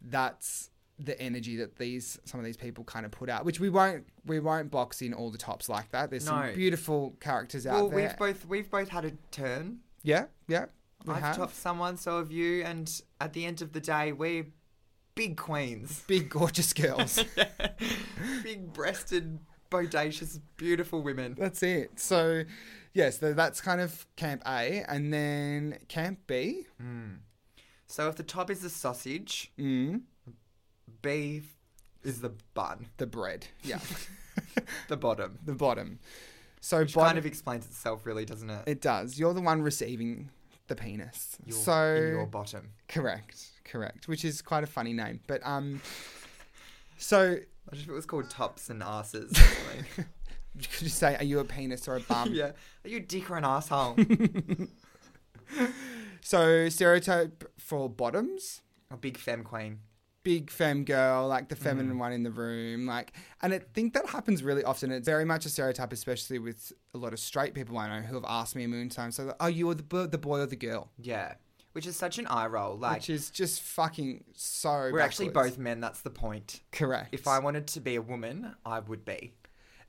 [SPEAKER 1] that's the energy that these some of these people kind of put out which we won't we won't box in all the tops like that there's some
[SPEAKER 2] No.
[SPEAKER 1] beautiful characters out
[SPEAKER 2] well,
[SPEAKER 1] there
[SPEAKER 2] we've both we've both had a turn.
[SPEAKER 1] yeah yeah we
[SPEAKER 2] I've
[SPEAKER 1] have.
[SPEAKER 2] topped someone, so have you, and at the end of the day, we're big queens,
[SPEAKER 1] big gorgeous girls
[SPEAKER 2] big-breasted, bodacious, beautiful women.
[SPEAKER 1] that's it so yeah so that's kind of camp a and then camp b
[SPEAKER 2] So if the top is the sausage,
[SPEAKER 1] mm,
[SPEAKER 2] B is the bun,
[SPEAKER 1] the bread yeah
[SPEAKER 2] the bottom.
[SPEAKER 1] the bottom so
[SPEAKER 2] Which
[SPEAKER 1] bottom
[SPEAKER 2] kind of explains itself, really, doesn't it?
[SPEAKER 1] it does you're the one receiving the penis
[SPEAKER 2] Your-
[SPEAKER 1] so
[SPEAKER 2] in your bottom.
[SPEAKER 1] Correct, correct. Which is quite a funny name, but um, so
[SPEAKER 2] What if it was called tops and asses?
[SPEAKER 1] you could just say, are you a penis or a bum?
[SPEAKER 2] yeah. Are you a dick or an asshole?
[SPEAKER 1] So stereotype for bottoms,
[SPEAKER 2] a big femme queen.
[SPEAKER 1] big femme girl, like the feminine
[SPEAKER 2] Mm.
[SPEAKER 1] one in the room, like, and I think that happens really often. It's very much a stereotype, especially with a lot of straight people I know who have asked me a moon time. So, are you the bo- the boy or the girl?
[SPEAKER 2] Yeah. Which is such an eye roll. Like,
[SPEAKER 1] Which is just fucking so.
[SPEAKER 2] we're actually
[SPEAKER 1] backwards.
[SPEAKER 2] both men, that's the point.
[SPEAKER 1] correct.
[SPEAKER 2] If I wanted to be a woman, I would be.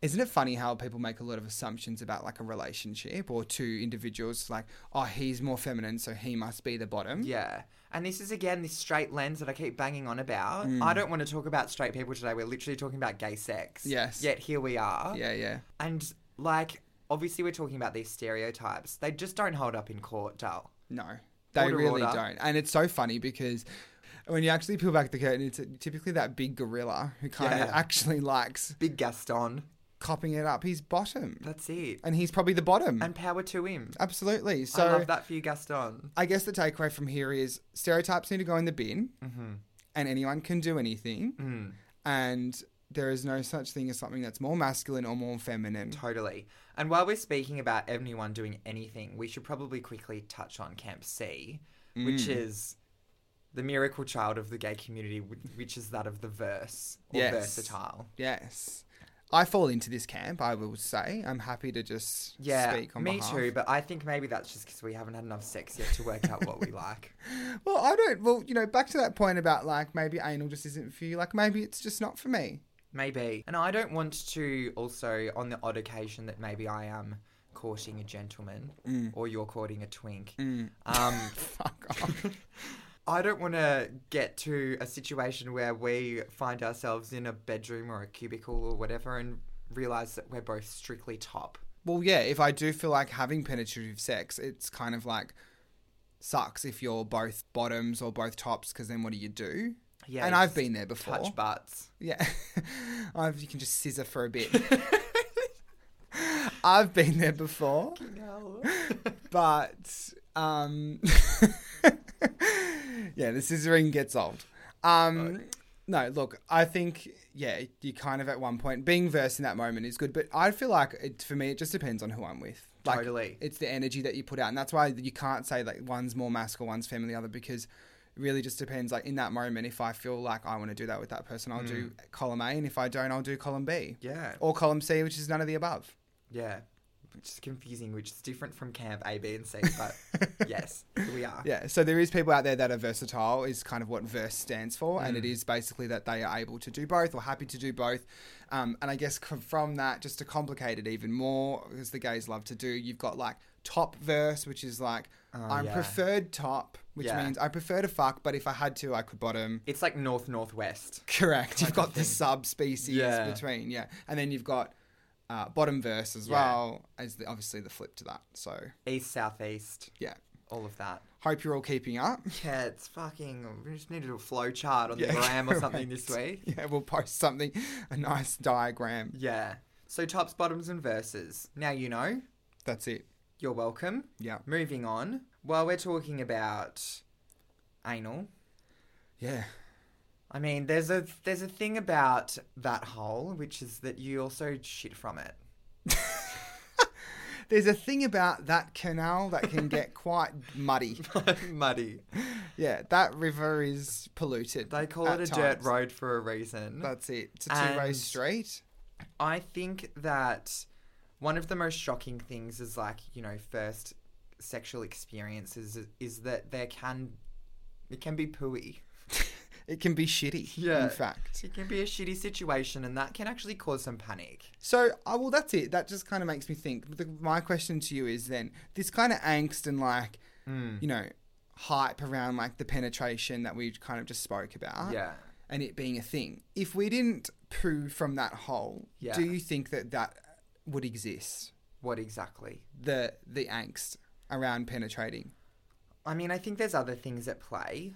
[SPEAKER 1] Isn't it funny how people make a lot of assumptions about like a relationship or two individuals? Like, oh, he's more feminine, so he must be the bottom.
[SPEAKER 2] Yeah. And this is again this straight lens that I keep banging on about.
[SPEAKER 1] Mm.
[SPEAKER 2] I don't want to talk about straight people today. We're literally talking about gay sex.
[SPEAKER 1] Yes.
[SPEAKER 2] Yet here we are.
[SPEAKER 1] yeah, yeah.
[SPEAKER 2] And like obviously we're talking about these stereotypes. They just don't hold up in court, Dal.
[SPEAKER 1] No, they
[SPEAKER 2] Order,
[SPEAKER 1] really
[SPEAKER 2] order.
[SPEAKER 1] don't. And it's so funny because when you actually peel back the curtain, it's typically that big gorilla who kind of
[SPEAKER 2] Yeah.
[SPEAKER 1] actually likes
[SPEAKER 2] Big Gaston.
[SPEAKER 1] copping it up. He's bottom,
[SPEAKER 2] That's it.
[SPEAKER 1] and he's probably the bottom.
[SPEAKER 2] And power to him.
[SPEAKER 1] Absolutely. So
[SPEAKER 2] I love that for you, Gaston.
[SPEAKER 1] I guess the takeaway from here is stereotypes need to go in the bin,
[SPEAKER 2] Mm-hmm.
[SPEAKER 1] and anyone can do anything,
[SPEAKER 2] Mm.
[SPEAKER 1] and there is no such thing as something that's more masculine or more feminine.
[SPEAKER 2] Totally. And while we're speaking about anyone doing anything, we should probably quickly touch on Camp C, which
[SPEAKER 1] Mm.
[SPEAKER 2] is the miracle child of the gay community, wh- which is that of the verse or
[SPEAKER 1] Yes.
[SPEAKER 2] versatile.
[SPEAKER 1] Yes, I fall into this camp. I will say I'm happy to just
[SPEAKER 2] Yeah,
[SPEAKER 1] speak on
[SPEAKER 2] me
[SPEAKER 1] behalf.
[SPEAKER 2] too. But I think maybe that's just because we haven't had enough sex yet to work out what we like.
[SPEAKER 1] Well, I don't. Well, you know, back to that point about like maybe anal just isn't for you. Like maybe it's just not for me.
[SPEAKER 2] Maybe. And I don't want to also, on the odd occasion that maybe I am courting a gentleman
[SPEAKER 1] Mm.
[SPEAKER 2] or you're courting a twink, um,
[SPEAKER 1] Fuck off.
[SPEAKER 2] I don't want to get to a situation where we find ourselves in a bedroom or a cubicle or whatever and realize that we're both strictly top.
[SPEAKER 1] well, yeah. If I do feel like having penetrative sex, it's kind of like sucks if you're both bottoms or both tops because then what do you do?
[SPEAKER 2] Yeah,
[SPEAKER 1] and
[SPEAKER 2] you
[SPEAKER 1] I've
[SPEAKER 2] just
[SPEAKER 1] been there before.
[SPEAKER 2] Touch butts.
[SPEAKER 1] Yeah. I've, you can just scissor for a bit. I've been there before, but um, yeah, the scissoring gets old. Um, no, look, I think yeah, you kind of at one point being versed in that moment is good, but I feel like it, for me it just depends on who I'm with. Like,
[SPEAKER 2] Totally.
[SPEAKER 1] it's the energy that you put out, and that's why you can't say like one's more masculine, one's feminine, the other because it really just depends. Like in that moment, if I feel like I want to do that with that person, I'll do column A, and if I don't, I'll do column B
[SPEAKER 2] Yeah.
[SPEAKER 1] or column C, which is none of the above.
[SPEAKER 2] Yeah. Which is confusing, which is different from camp A, B, and C, but yes, here we are.
[SPEAKER 1] Yeah, so there is people out there that are versatile is kind of what verse stands for, and it is basically that they are able to do both or happy to do both. Um, and I guess c- from that, just to complicate it even more, because the gays love to do, you've got like top verse, which is like I'm
[SPEAKER 2] Oh, yeah.
[SPEAKER 1] preferred top, which
[SPEAKER 2] Yeah.
[SPEAKER 1] means I prefer to fuck, but if I had to, I could bottom.
[SPEAKER 2] It's like north northwest.
[SPEAKER 1] Correct. You've
[SPEAKER 2] Type
[SPEAKER 1] got
[SPEAKER 2] of
[SPEAKER 1] the
[SPEAKER 2] thing.
[SPEAKER 1] subspecies
[SPEAKER 2] Yeah.
[SPEAKER 1] between, yeah, and then you've got uh, bottom verse as
[SPEAKER 2] Yeah.
[SPEAKER 1] well as the, obviously the flip to that. So
[SPEAKER 2] East, southeast.
[SPEAKER 1] Yeah.
[SPEAKER 2] All of that.
[SPEAKER 1] hope you're all keeping up.
[SPEAKER 2] Yeah, it's fucking. We just needed a flow chart on
[SPEAKER 1] Yeah,
[SPEAKER 2] the gram or something
[SPEAKER 1] correct.
[SPEAKER 2] this week.
[SPEAKER 1] Yeah, we'll post something, a nice diagram.
[SPEAKER 2] Yeah. So tops, bottoms, and verses. Now you know.
[SPEAKER 1] That's it.
[SPEAKER 2] You're welcome.
[SPEAKER 1] Yeah.
[SPEAKER 2] Moving on. While we're talking about anal,
[SPEAKER 1] Yeah.
[SPEAKER 2] I mean, there's a there's a thing about that hole, which is that you also shit from it.
[SPEAKER 1] There's a thing about that canal that can get quite muddy.
[SPEAKER 2] Muddy.
[SPEAKER 1] Yeah, that river is polluted.
[SPEAKER 2] They call
[SPEAKER 1] at
[SPEAKER 2] it a dirt
[SPEAKER 1] times.
[SPEAKER 2] road for a reason.
[SPEAKER 1] That's it. It's a two way
[SPEAKER 2] And-
[SPEAKER 1] street.
[SPEAKER 2] I think that one of the most shocking things is like, you know, first sexual experiences is, is that there can it can be pooey.
[SPEAKER 1] It can be shitty,
[SPEAKER 2] Yeah.
[SPEAKER 1] in fact.
[SPEAKER 2] It can be a shitty situation and that can actually cause some panic.
[SPEAKER 1] So, oh, well, that's it. That just kind of makes me think. The, my question to you is then this kind of angst and like,
[SPEAKER 2] Mm.
[SPEAKER 1] you know, hype around like the penetration that we kind of just spoke about.
[SPEAKER 2] Yeah.
[SPEAKER 1] and it being a thing. If we didn't poo from that hole,
[SPEAKER 2] Yeah.
[SPEAKER 1] do you think that that would exist?
[SPEAKER 2] What exactly?
[SPEAKER 1] The the angst around penetrating.
[SPEAKER 2] I mean, I think there's other things at play.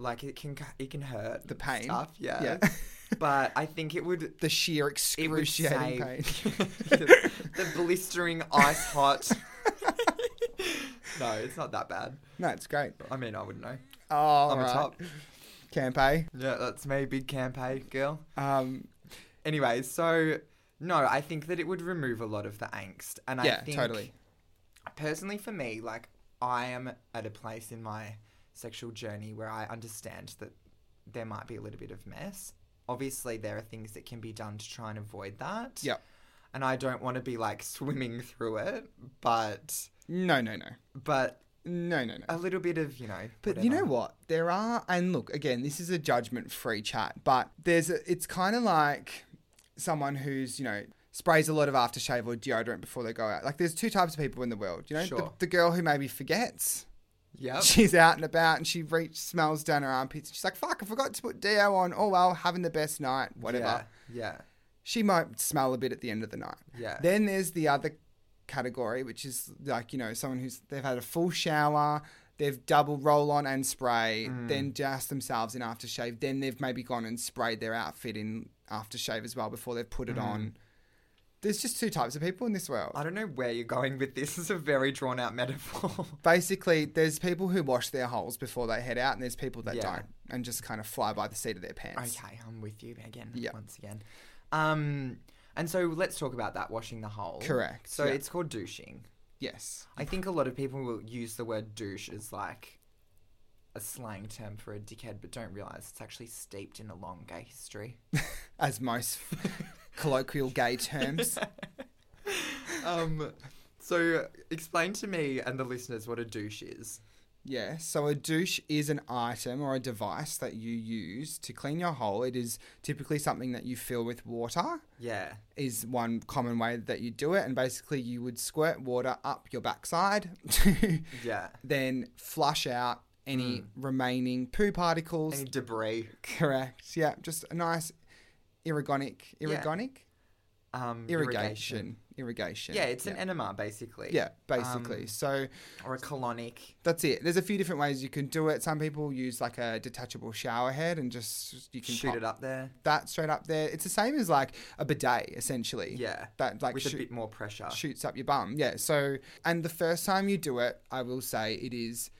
[SPEAKER 2] Like it can it can hurt
[SPEAKER 1] The
[SPEAKER 2] and
[SPEAKER 1] pain.
[SPEAKER 2] stuff, yeah.
[SPEAKER 1] Yeah.
[SPEAKER 2] but I think it would
[SPEAKER 1] the sheer
[SPEAKER 2] it would
[SPEAKER 1] excruciating
[SPEAKER 2] save
[SPEAKER 1] pain.
[SPEAKER 2] the, the blistering ice hot. no, it's not that bad.
[SPEAKER 1] no, it's great.
[SPEAKER 2] I mean, I wouldn't know.
[SPEAKER 1] Oh,
[SPEAKER 2] I'm a top.
[SPEAKER 1] Campe.
[SPEAKER 2] Yeah, that's me, big campaign girl.
[SPEAKER 1] Um,
[SPEAKER 2] Anyway, so no, I think that it would remove a lot of the angst, and
[SPEAKER 1] yeah,
[SPEAKER 2] I think
[SPEAKER 1] totally.
[SPEAKER 2] personally for me, like I am at a place in my sexual journey where I understand that there might be a little bit of mess. Obviously, there are things that can be done to try and avoid that.
[SPEAKER 1] Yep.
[SPEAKER 2] And I don't want to be like swimming through it, but
[SPEAKER 1] No, no, no,
[SPEAKER 2] but
[SPEAKER 1] no, no, no.
[SPEAKER 2] a little bit of you know.
[SPEAKER 1] Uh, But you know
[SPEAKER 2] whatever.
[SPEAKER 1] what? There are, and look, again, this is a judgment free chat, but there's a, it's kind of like someone who's, you know, sprays a lot of aftershave or deodorant before they go out. Like there's two types of people in the world, you know, the,
[SPEAKER 2] Sure.
[SPEAKER 1] the girl who maybe forgets.
[SPEAKER 2] Yep.
[SPEAKER 1] She's out and about and she reach, smells down her armpits. She's like, fuck, I forgot to put DO on. Oh, well, having the best night, whatever.
[SPEAKER 2] Yeah.
[SPEAKER 1] She might smell a bit at the end of the night.
[SPEAKER 2] Yeah. yeah.
[SPEAKER 1] Then there's the other category, which is like, you know, someone who's they've had a full shower, they've double roll on and spray,
[SPEAKER 2] Mm.
[SPEAKER 1] then doused themselves in aftershave, then they've maybe gone and sprayed their outfit in aftershave as well before they've
[SPEAKER 2] Mm.
[SPEAKER 1] put it on. There's just two types of people in this world.
[SPEAKER 2] I don't know where you're going with this. It's a very drawn out metaphor.
[SPEAKER 1] Basically, there's people who wash their holes before they head out, and there's people that
[SPEAKER 2] Yeah.
[SPEAKER 1] don't and just kind of fly by the seat of their pants.
[SPEAKER 2] Okay, I'm with you again.
[SPEAKER 1] Yeah.
[SPEAKER 2] Once again. Um, and so let's talk about that washing the hole.
[SPEAKER 1] Correct,
[SPEAKER 2] So
[SPEAKER 1] yeah.
[SPEAKER 2] it's called douching.
[SPEAKER 1] Yes.
[SPEAKER 2] I think a lot of people will use the word douche as like a slang term for a dickhead, but don't realize it's actually steeped in a long gay history.
[SPEAKER 1] As most colloquial gay terms.
[SPEAKER 2] um, so explain to me and the listeners what a douche is.
[SPEAKER 1] Yeah, so a douche is an item or a device that you use to clean your hole. It is typically something that you fill with water,
[SPEAKER 2] Yeah.
[SPEAKER 1] is one common way that you do it. And basically, you would squirt water up your backside to
[SPEAKER 2] Yeah.
[SPEAKER 1] then flush out any
[SPEAKER 2] Hmm.
[SPEAKER 1] remaining poo particles.
[SPEAKER 2] Any debris.
[SPEAKER 1] Correct. Yeah, just a nice irrigonic,
[SPEAKER 2] Yeah.
[SPEAKER 1] irrigonic
[SPEAKER 2] Um,
[SPEAKER 1] irrigation, irrigation.
[SPEAKER 2] Yeah, it's an e- um, enema basically.
[SPEAKER 1] yeah, basically. so
[SPEAKER 2] Or a colonic.
[SPEAKER 1] That's it. There's a few different ways you can do it. Some people use like a detachable shower head and just you can
[SPEAKER 2] Shoot
[SPEAKER 1] pop
[SPEAKER 2] it up there.
[SPEAKER 1] that straight up there. It's the same as like a bidet essentially.
[SPEAKER 2] Yeah.
[SPEAKER 1] That like
[SPEAKER 2] with a
[SPEAKER 1] shoot-
[SPEAKER 2] bit uh, more pressure.
[SPEAKER 1] shoots up your bum. Yeah. So and the first time you do it, I will say it is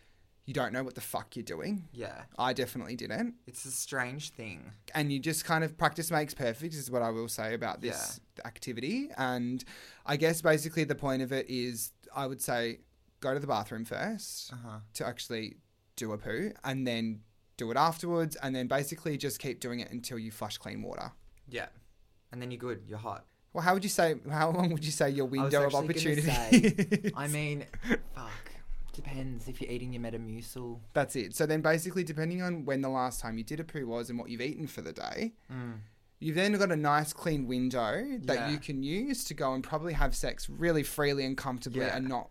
[SPEAKER 1] you don't know what the fuck you're doing.
[SPEAKER 2] Yeah.
[SPEAKER 1] I definitely didn't.
[SPEAKER 2] It's a strange thing.
[SPEAKER 1] And you just kind of practice makes perfect is what I will say about this activity. And I guess basically the point of it is I would say go to the bathroom first.
[SPEAKER 2] Uh-huh.
[SPEAKER 1] to actually do a poo and then do it afterwards and then basically just keep doing it until you flush clean water.
[SPEAKER 2] Yeah. And then you're good. You're hot.
[SPEAKER 1] Well, how would you say, how long would you say your
[SPEAKER 2] was
[SPEAKER 1] window of
[SPEAKER 2] actually
[SPEAKER 1] opportunity
[SPEAKER 2] gonna
[SPEAKER 1] is?
[SPEAKER 2] I mean, fuck. Depends if you're eating your Metamucil.
[SPEAKER 1] That's it. So then basically, depending on when the last time you did a poo was and what you've eaten for the day, you've then got a nice clean window that
[SPEAKER 2] Mm. Yeah.
[SPEAKER 1] you can use to go and probably have sex really freely and comfortably
[SPEAKER 2] Yeah.
[SPEAKER 1] and not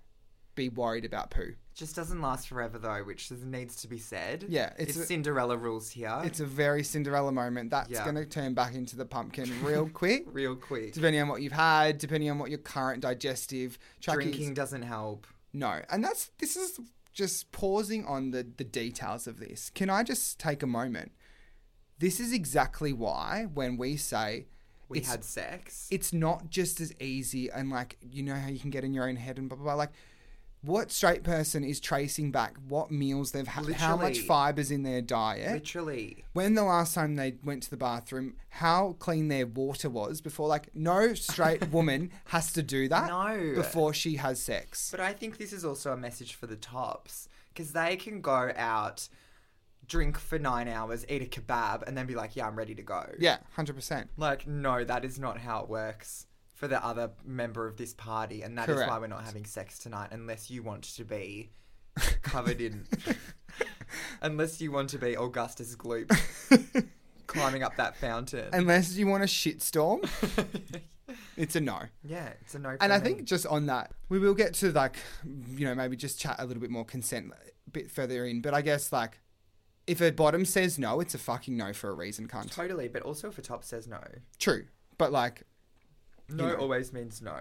[SPEAKER 1] be worried about poo.
[SPEAKER 2] Just doesn't last forever though, which is- needs to be said.
[SPEAKER 1] Yeah,
[SPEAKER 2] it's,
[SPEAKER 1] it's a-
[SPEAKER 2] Cinderella rules here.
[SPEAKER 1] It's a very Cinderella moment. That's
[SPEAKER 2] Yeah.
[SPEAKER 1] going to turn back into the pumpkin real quick.
[SPEAKER 2] real quick.
[SPEAKER 1] Depending on what you've had, depending on what your current digestive tract is.
[SPEAKER 2] Drinking doesn't help.
[SPEAKER 1] No, and that's this is just pausing on the the details of this. Can I just take a moment? This is exactly why when we say
[SPEAKER 2] We
[SPEAKER 1] it's
[SPEAKER 2] had sex.
[SPEAKER 1] it's not just as easy and like you know how you can get in your own head and blah blah blah like what straight person is tracing back what meals they've had, how much
[SPEAKER 2] Literally.
[SPEAKER 1] fibers in their diet,
[SPEAKER 2] Literally.
[SPEAKER 1] when the last time they went to the bathroom, how clean their water was before. Like, no straight woman has to do that
[SPEAKER 2] No.
[SPEAKER 1] before she has sex.
[SPEAKER 2] But I think this is also a message for the tops because they can go out, drink for nine hours, eat a kebab, and then be like, yeah, I'm ready to go.
[SPEAKER 1] Yeah, hundred percent.
[SPEAKER 2] Like, no, that is not how it works for the other member of this party. And that is why
[SPEAKER 1] Correct.
[SPEAKER 2] we're not having sex tonight unless you want to be covered in. unless you want to be Augustus Gloop climbing up that fountain.
[SPEAKER 1] Unless you want a shitstorm, it's a no.
[SPEAKER 2] yeah, it's a no.
[SPEAKER 1] And I
[SPEAKER 2] for me.
[SPEAKER 1] think just on that, we will get to like, you know, maybe just chat a little bit more consent a bit further in. But I guess like, if a bottom says no, it's a fucking no for a reason, cunt.
[SPEAKER 2] Totally, but also if a top says no.
[SPEAKER 1] True, but like,
[SPEAKER 2] No
[SPEAKER 1] know.
[SPEAKER 2] always means no.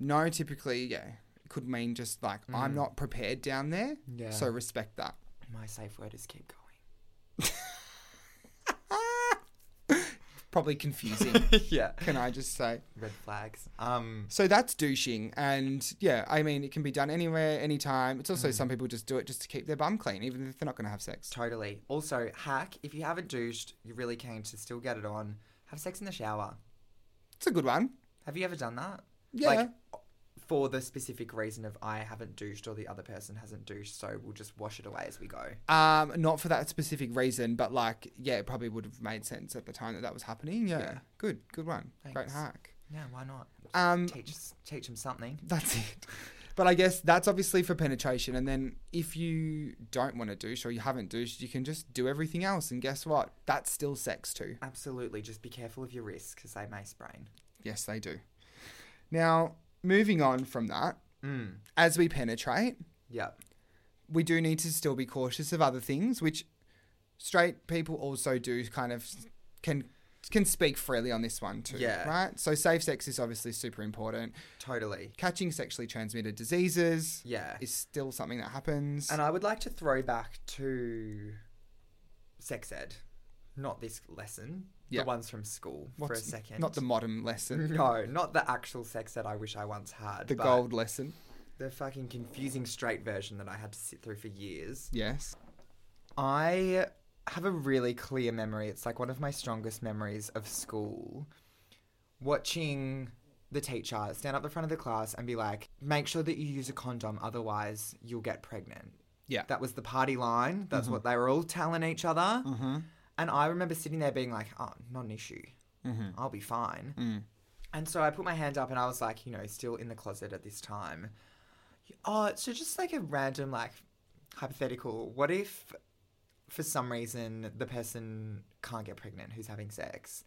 [SPEAKER 1] no typically, yeah, could mean just like I'm not prepared down there.
[SPEAKER 2] Mm. Yeah.
[SPEAKER 1] So respect that.
[SPEAKER 2] My safe word is keep going.
[SPEAKER 1] Probably confusing.
[SPEAKER 2] yeah.
[SPEAKER 1] can I just say?
[SPEAKER 2] Red flags. Um.
[SPEAKER 1] So that's douching, and yeah, I mean it can be done anywhere, anytime. It's
[SPEAKER 2] Mm.
[SPEAKER 1] also some people just do it just to keep their bum clean, even if they're not going to have sex.
[SPEAKER 2] Totally. Also, hack. If you haven't douched, you're really keen to still get it on. Have sex in the shower.
[SPEAKER 1] It's a good one.
[SPEAKER 2] Have you ever done that?
[SPEAKER 1] Yeah.
[SPEAKER 2] Like, for the specific reason of I haven't douched or the other person hasn't douched, so we'll just wash it away as we go.
[SPEAKER 1] Um, not for that specific reason, but like, yeah, it probably would have made sense at the time that that was happening. Yeah,
[SPEAKER 2] Yeah.
[SPEAKER 1] good, good one, great
[SPEAKER 2] Thanks.
[SPEAKER 1] hack.
[SPEAKER 2] Yeah, why not?
[SPEAKER 1] Um,
[SPEAKER 2] Teach teach them something.
[SPEAKER 1] that's it. But I guess that's obviously for penetration, and then if you don't want to douche or you haven't douched, you can just do everything else, and guess what? That's still sex too.
[SPEAKER 2] Absolutely. Just be careful of your wrists because they may sprain.
[SPEAKER 1] Yes, they do. Now, moving on from that,
[SPEAKER 2] Mm.
[SPEAKER 1] as we penetrate,
[SPEAKER 2] Yep.
[SPEAKER 1] we do need to still be cautious of other things, which straight people also do kind of can can speak freely on this one too.
[SPEAKER 2] Yeah.
[SPEAKER 1] Right? So safe sex is obviously super important.
[SPEAKER 2] Totally.
[SPEAKER 1] Catching sexually transmitted diseases
[SPEAKER 2] Yeah.
[SPEAKER 1] is still something that happens.
[SPEAKER 2] And I would like to throw back to sex ed, not this lesson,
[SPEAKER 1] Yeah.
[SPEAKER 2] the ones from school for a
[SPEAKER 1] What's-
[SPEAKER 2] second.
[SPEAKER 1] Not the modern lesson.
[SPEAKER 2] no, not the actual sex ed I wish I once had.
[SPEAKER 1] The
[SPEAKER 2] but
[SPEAKER 1] gold lesson.
[SPEAKER 2] the fucking confusing straight version that I had to sit through for years.
[SPEAKER 1] Yes.
[SPEAKER 2] I have a really clear memory. It's like one of my strongest memories of school. Watching the teacher stand up the front of the class and be like, make sure that you use a condom, otherwise, you'll get pregnant.
[SPEAKER 1] Yeah. Mm-hmm.
[SPEAKER 2] That was the party line. That's what they were all telling each other.
[SPEAKER 1] Mhm.
[SPEAKER 2] And I remember sitting there being like, oh, not an issue.
[SPEAKER 1] Mhm.
[SPEAKER 2] I'll be fine.
[SPEAKER 1] Mm.
[SPEAKER 2] And so I put my hand up and I was like, you know, still in the closet at this time. Oh, so just like a random, like, hypothetical. What if for some reason the person can't get pregnant who's having sex?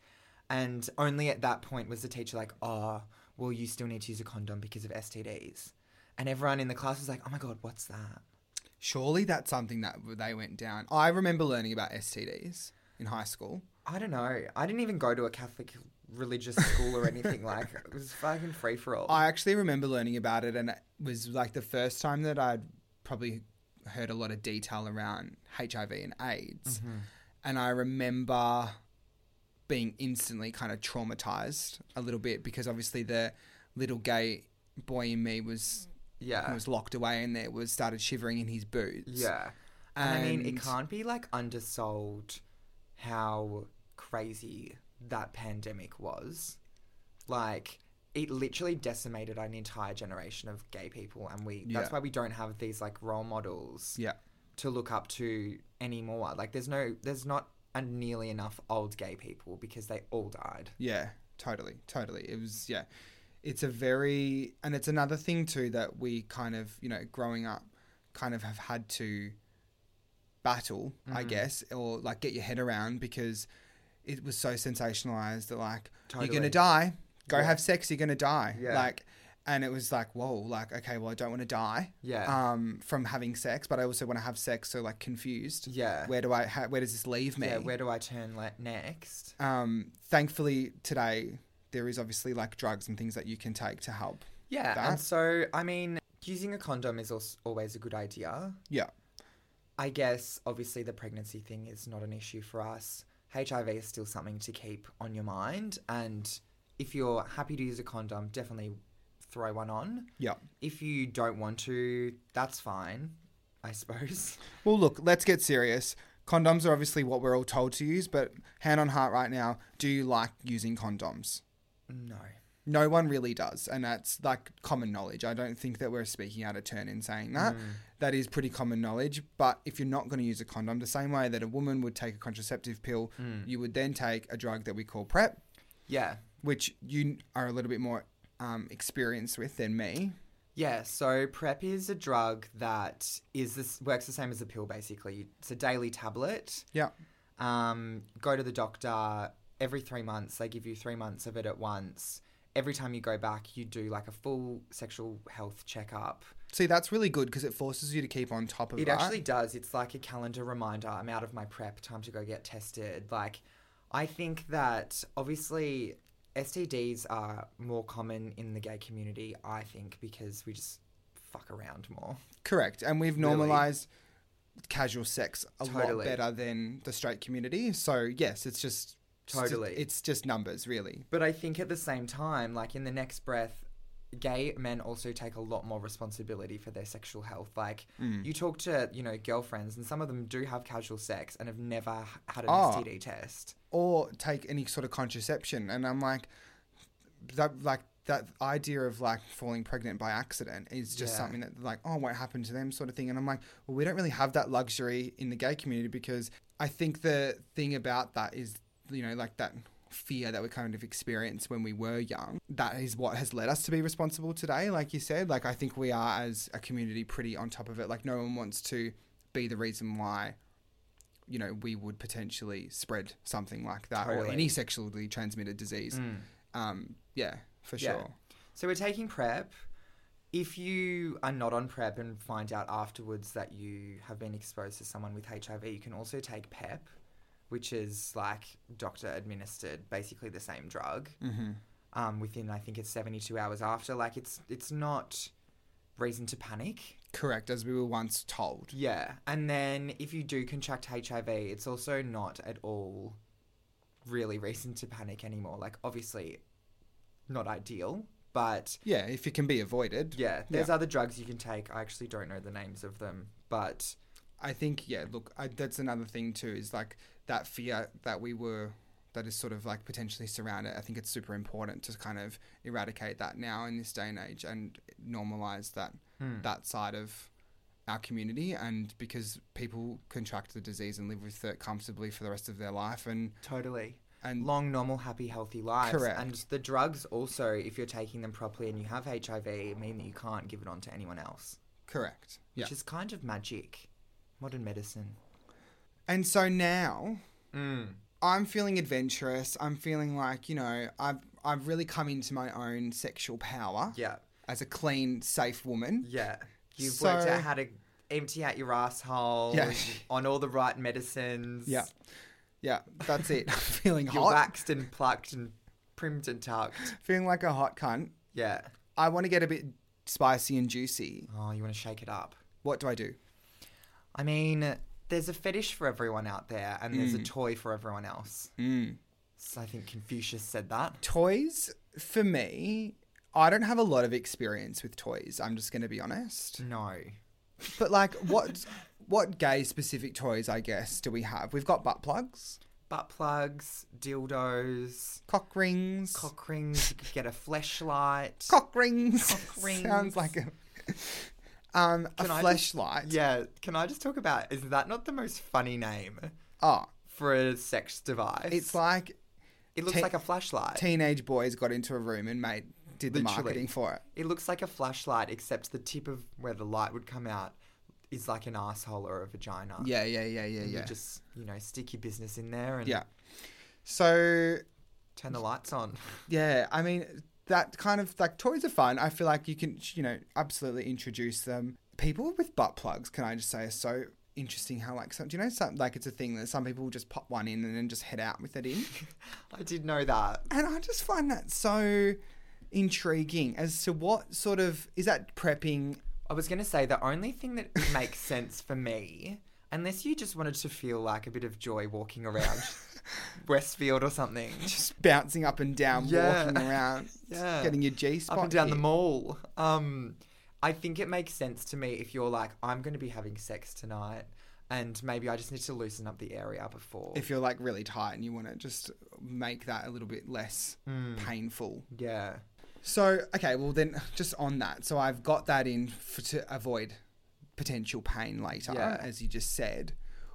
[SPEAKER 2] And only at that point was the teacher like, oh, well, you still need to use a condom because of STDs. And everyone in the class was like, oh my God, what's that?
[SPEAKER 1] Surely that's something that they went down. I remember learning about STDs in high school.
[SPEAKER 2] I don't know. I didn't even go to a Catholic religious school or anything like it was fucking free for all.
[SPEAKER 1] I actually remember learning about it, and it was like the first time that I'd probably heard a lot of detail around HIV and AIDS.
[SPEAKER 2] Mm-hmm.
[SPEAKER 1] And I remember being instantly kind of traumatized a little bit because obviously the little gay boy in me was
[SPEAKER 2] yeah.
[SPEAKER 1] was locked away and there was started shivering in his boots.
[SPEAKER 2] Yeah. And, I mean,
[SPEAKER 1] And-
[SPEAKER 2] it can't be like undersold how crazy that pandemic was. Like, it literally decimated an entire generation of gay people, and we
[SPEAKER 1] Yeah.
[SPEAKER 2] that's why we don't have these like role models
[SPEAKER 1] Yeah.
[SPEAKER 2] to look up to anymore. Like, there's no, there's not a nearly enough old gay people because they all died.
[SPEAKER 1] Yeah, totally, totally. It was yeah. It's a very and it's another thing too that we kind of, you know, growing up kind of have had to battle,
[SPEAKER 2] Mm-hmm.
[SPEAKER 1] I guess, or like get your head around because it was so sensationalized that like you're
[SPEAKER 2] Totally.
[SPEAKER 1] gonna die. Go
[SPEAKER 2] Yeah.
[SPEAKER 1] have sex, you're gonna die.
[SPEAKER 2] Yeah.
[SPEAKER 1] Like and it was like, whoa, like okay, well, I don't want to die
[SPEAKER 2] Yeah.
[SPEAKER 1] um, from having sex, but I also want to have sex. So like confused.
[SPEAKER 2] yeah.
[SPEAKER 1] Where do I? Ha- where does this leave me?
[SPEAKER 2] Yeah, where do I turn like next?
[SPEAKER 1] um, thankfully today there is obviously like drugs and things that you can take to help.
[SPEAKER 2] Yeah,
[SPEAKER 1] That.
[SPEAKER 2] and so I mean, using a condom is als- always a good idea.
[SPEAKER 1] Yeah.
[SPEAKER 2] I guess obviously the pregnancy thing is not an issue for us. HIV is still something to keep on your mind, and if you're happy to use a condom, definitely throw one on.
[SPEAKER 1] Yeah.
[SPEAKER 2] If you don't want to, that's fine, I suppose.
[SPEAKER 1] Well, look, let's get serious. Condoms are obviously what we're all told to use, but hand on heart right now, do you like using condoms?
[SPEAKER 2] No.
[SPEAKER 1] No one really does, and that's like common knowledge. I don't think that we're speaking out of turn in saying that. That is pretty common knowledge, but if you're not going to use a condom, the same way that a woman would take a contraceptive pill, you would then take a drug that we call PrEP,
[SPEAKER 2] Yeah.
[SPEAKER 1] which you are a little bit more um, experienced with than me.
[SPEAKER 2] Yeah, so PrEP is a drug that is this works the same as a pill basically. It's a daily tablet.
[SPEAKER 1] Yeah.
[SPEAKER 2] Um, go to the doctor every three months. They give you three months of it at once. Every time you go back, you do like a full sexual health checkup.
[SPEAKER 1] See, that's really good because it forces you to keep on top of
[SPEAKER 2] It
[SPEAKER 1] right?
[SPEAKER 2] actually does. It's like a calendar reminder. I'm out of my prep. Time to go get tested. Like, I think that obviously STDs are more common in the gay community. I think because we just fuck around more.
[SPEAKER 1] Correct. And we've
[SPEAKER 2] Really.
[SPEAKER 1] normalized casual sex a lot
[SPEAKER 2] Totally.
[SPEAKER 1] better than the straight community. So, yes, it's just
[SPEAKER 2] Totally.
[SPEAKER 1] It's just numbers, really.
[SPEAKER 2] But I think at the same time, like in the next breath, gay men also take a lot more responsibility for their sexual health. Like you talk to, you know, girlfriends and some of them do have casual sex and have never h- had an
[SPEAKER 1] Oh.
[SPEAKER 2] STD test.
[SPEAKER 1] Or take any sort of contraception and I'm like that like that idea of like falling pregnant by accident is just
[SPEAKER 2] Yeah.
[SPEAKER 1] something that like oh what happened to them sort of thing and I'm like well we don't really have that luxury in the gay community because I think the thing about that is you know like that fear that we kind of experienced when we were young that is what has led us to be responsible today like you said like I think we are as a community pretty on top of it like no one wants to be the reason why you know we would potentially spread something like that or
[SPEAKER 2] Totally. Mm.
[SPEAKER 1] any sexually transmitted disease um, yeah, for
[SPEAKER 2] Yeah.
[SPEAKER 1] sure.
[SPEAKER 2] So we're taking PrEP. If you are not on PrEP and find out afterwards that you have been exposed to someone with HIV, you can also take PEP, which is like doctor administered, basically the same drug.
[SPEAKER 1] Mm-hmm.
[SPEAKER 2] um, within I think it's 72 hours after. Like it's it's not reason to panic.
[SPEAKER 1] Correct, as we were once told.
[SPEAKER 2] Yeah. And then if you do contract HIV, it's also not at all really reason to panic anymore. Like obviously not ideal, but
[SPEAKER 1] Yeah, if it can be avoided.
[SPEAKER 2] yeah, there's other drugs you can take. I actually don't know the names of them, but
[SPEAKER 1] I think, yeah, look, I, that's another thing too, is like that fear that we were, that is sort of like potentially surrounded. I think it's super important to kind of eradicate that now in this day and age and normalize that,
[SPEAKER 2] Hmm.
[SPEAKER 1] that side of our community. And because people contract the disease and live with it comfortably for the rest of their life. And,
[SPEAKER 2] totally.
[SPEAKER 1] and
[SPEAKER 2] long, normal, happy, healthy lives.
[SPEAKER 1] Correct.
[SPEAKER 2] And the drugs also, if you're taking them properly and you have HIV, mean that you can't give it on to anyone else.
[SPEAKER 1] correct. Yeah.
[SPEAKER 2] which is kind of magic. Modern medicine.
[SPEAKER 1] And so now
[SPEAKER 2] Mm.
[SPEAKER 1] I'm feeling adventurous. I'm feeling like you know I've I've really come into my own sexual power
[SPEAKER 2] Yeah,
[SPEAKER 1] as a clean, safe woman.
[SPEAKER 2] yeah. You've
[SPEAKER 1] So-
[SPEAKER 2] worked out how to empty out your asshole
[SPEAKER 1] Yeah.
[SPEAKER 2] on all the right medicines.
[SPEAKER 1] Yeah, yeah, that's it. I'm feeling
[SPEAKER 2] You're
[SPEAKER 1] hot,
[SPEAKER 2] waxed and plucked and primmed and tucked.
[SPEAKER 1] feeling like a hot cunt.
[SPEAKER 2] Yeah.
[SPEAKER 1] I want to get a bit spicy and juicy.
[SPEAKER 2] Oh, you want to shake it up.
[SPEAKER 1] What do I do?
[SPEAKER 2] I mean, there's a fetish for everyone out there, and there's a toy for everyone else.
[SPEAKER 1] Mm.
[SPEAKER 2] So I think Confucius said that.
[SPEAKER 1] Toys for me. I don't have a lot of experience with toys. I'm just going to be honest.
[SPEAKER 2] No.
[SPEAKER 1] But like, what what gay specific toys? I guess do we have? We've got butt plugs,
[SPEAKER 2] Butt plugs, dildos,
[SPEAKER 1] cock rings,
[SPEAKER 2] cock rings. You could get a fleshlight.
[SPEAKER 1] cock rings.
[SPEAKER 2] Cock rings.
[SPEAKER 1] Sounds like a um a
[SPEAKER 2] Can I just-
[SPEAKER 1] flashlight.
[SPEAKER 2] Yeah, can I just talk about is that not the most funny name
[SPEAKER 1] Oh,
[SPEAKER 2] for a sex device?
[SPEAKER 1] it's like
[SPEAKER 2] it looks
[SPEAKER 1] te-
[SPEAKER 2] like a flashlight.
[SPEAKER 1] teenage boys got into a room and made did the
[SPEAKER 2] Literally.
[SPEAKER 1] marketing for it.
[SPEAKER 2] it looks like a flashlight except the tip of where the light would come out is like an asshole or a vagina.
[SPEAKER 1] Yeah, yeah, yeah, yeah,
[SPEAKER 2] And
[SPEAKER 1] yeah.
[SPEAKER 2] You just, you know, stick your business in there and
[SPEAKER 1] Yeah. So
[SPEAKER 2] turn the lights on.
[SPEAKER 1] yeah, I mean, that kind of like toys are fun. I feel like you can, you know, absolutely introduce them. People with butt plugs, can I just say, are so interesting how like some do you know some like it's a thing that some people just pop one in and then just head out with it in
[SPEAKER 2] I did know that.
[SPEAKER 1] and i just find that so intriguing as to what sort of is that prepping
[SPEAKER 2] I was going to say the only thing that makes sense for me, unless you just wanted to feel like a bit of joy walking around Westfield or something,
[SPEAKER 1] just bouncing up and down
[SPEAKER 2] Yeah.
[SPEAKER 1] walking around
[SPEAKER 2] Yeah.
[SPEAKER 1] getting your g spot
[SPEAKER 2] up and down the mall. Um, I think it makes sense to me if you're like, I'm going to be having sex tonight, and maybe I just need to loosen up the area before.
[SPEAKER 1] if you're like really tight and you want to just make that a little bit less
[SPEAKER 2] Hmm.
[SPEAKER 1] painful
[SPEAKER 2] yeah.
[SPEAKER 1] So okay, well then, just on that. So I've got that in for, to avoid potential pain later,
[SPEAKER 2] Yeah.
[SPEAKER 1] as you just said.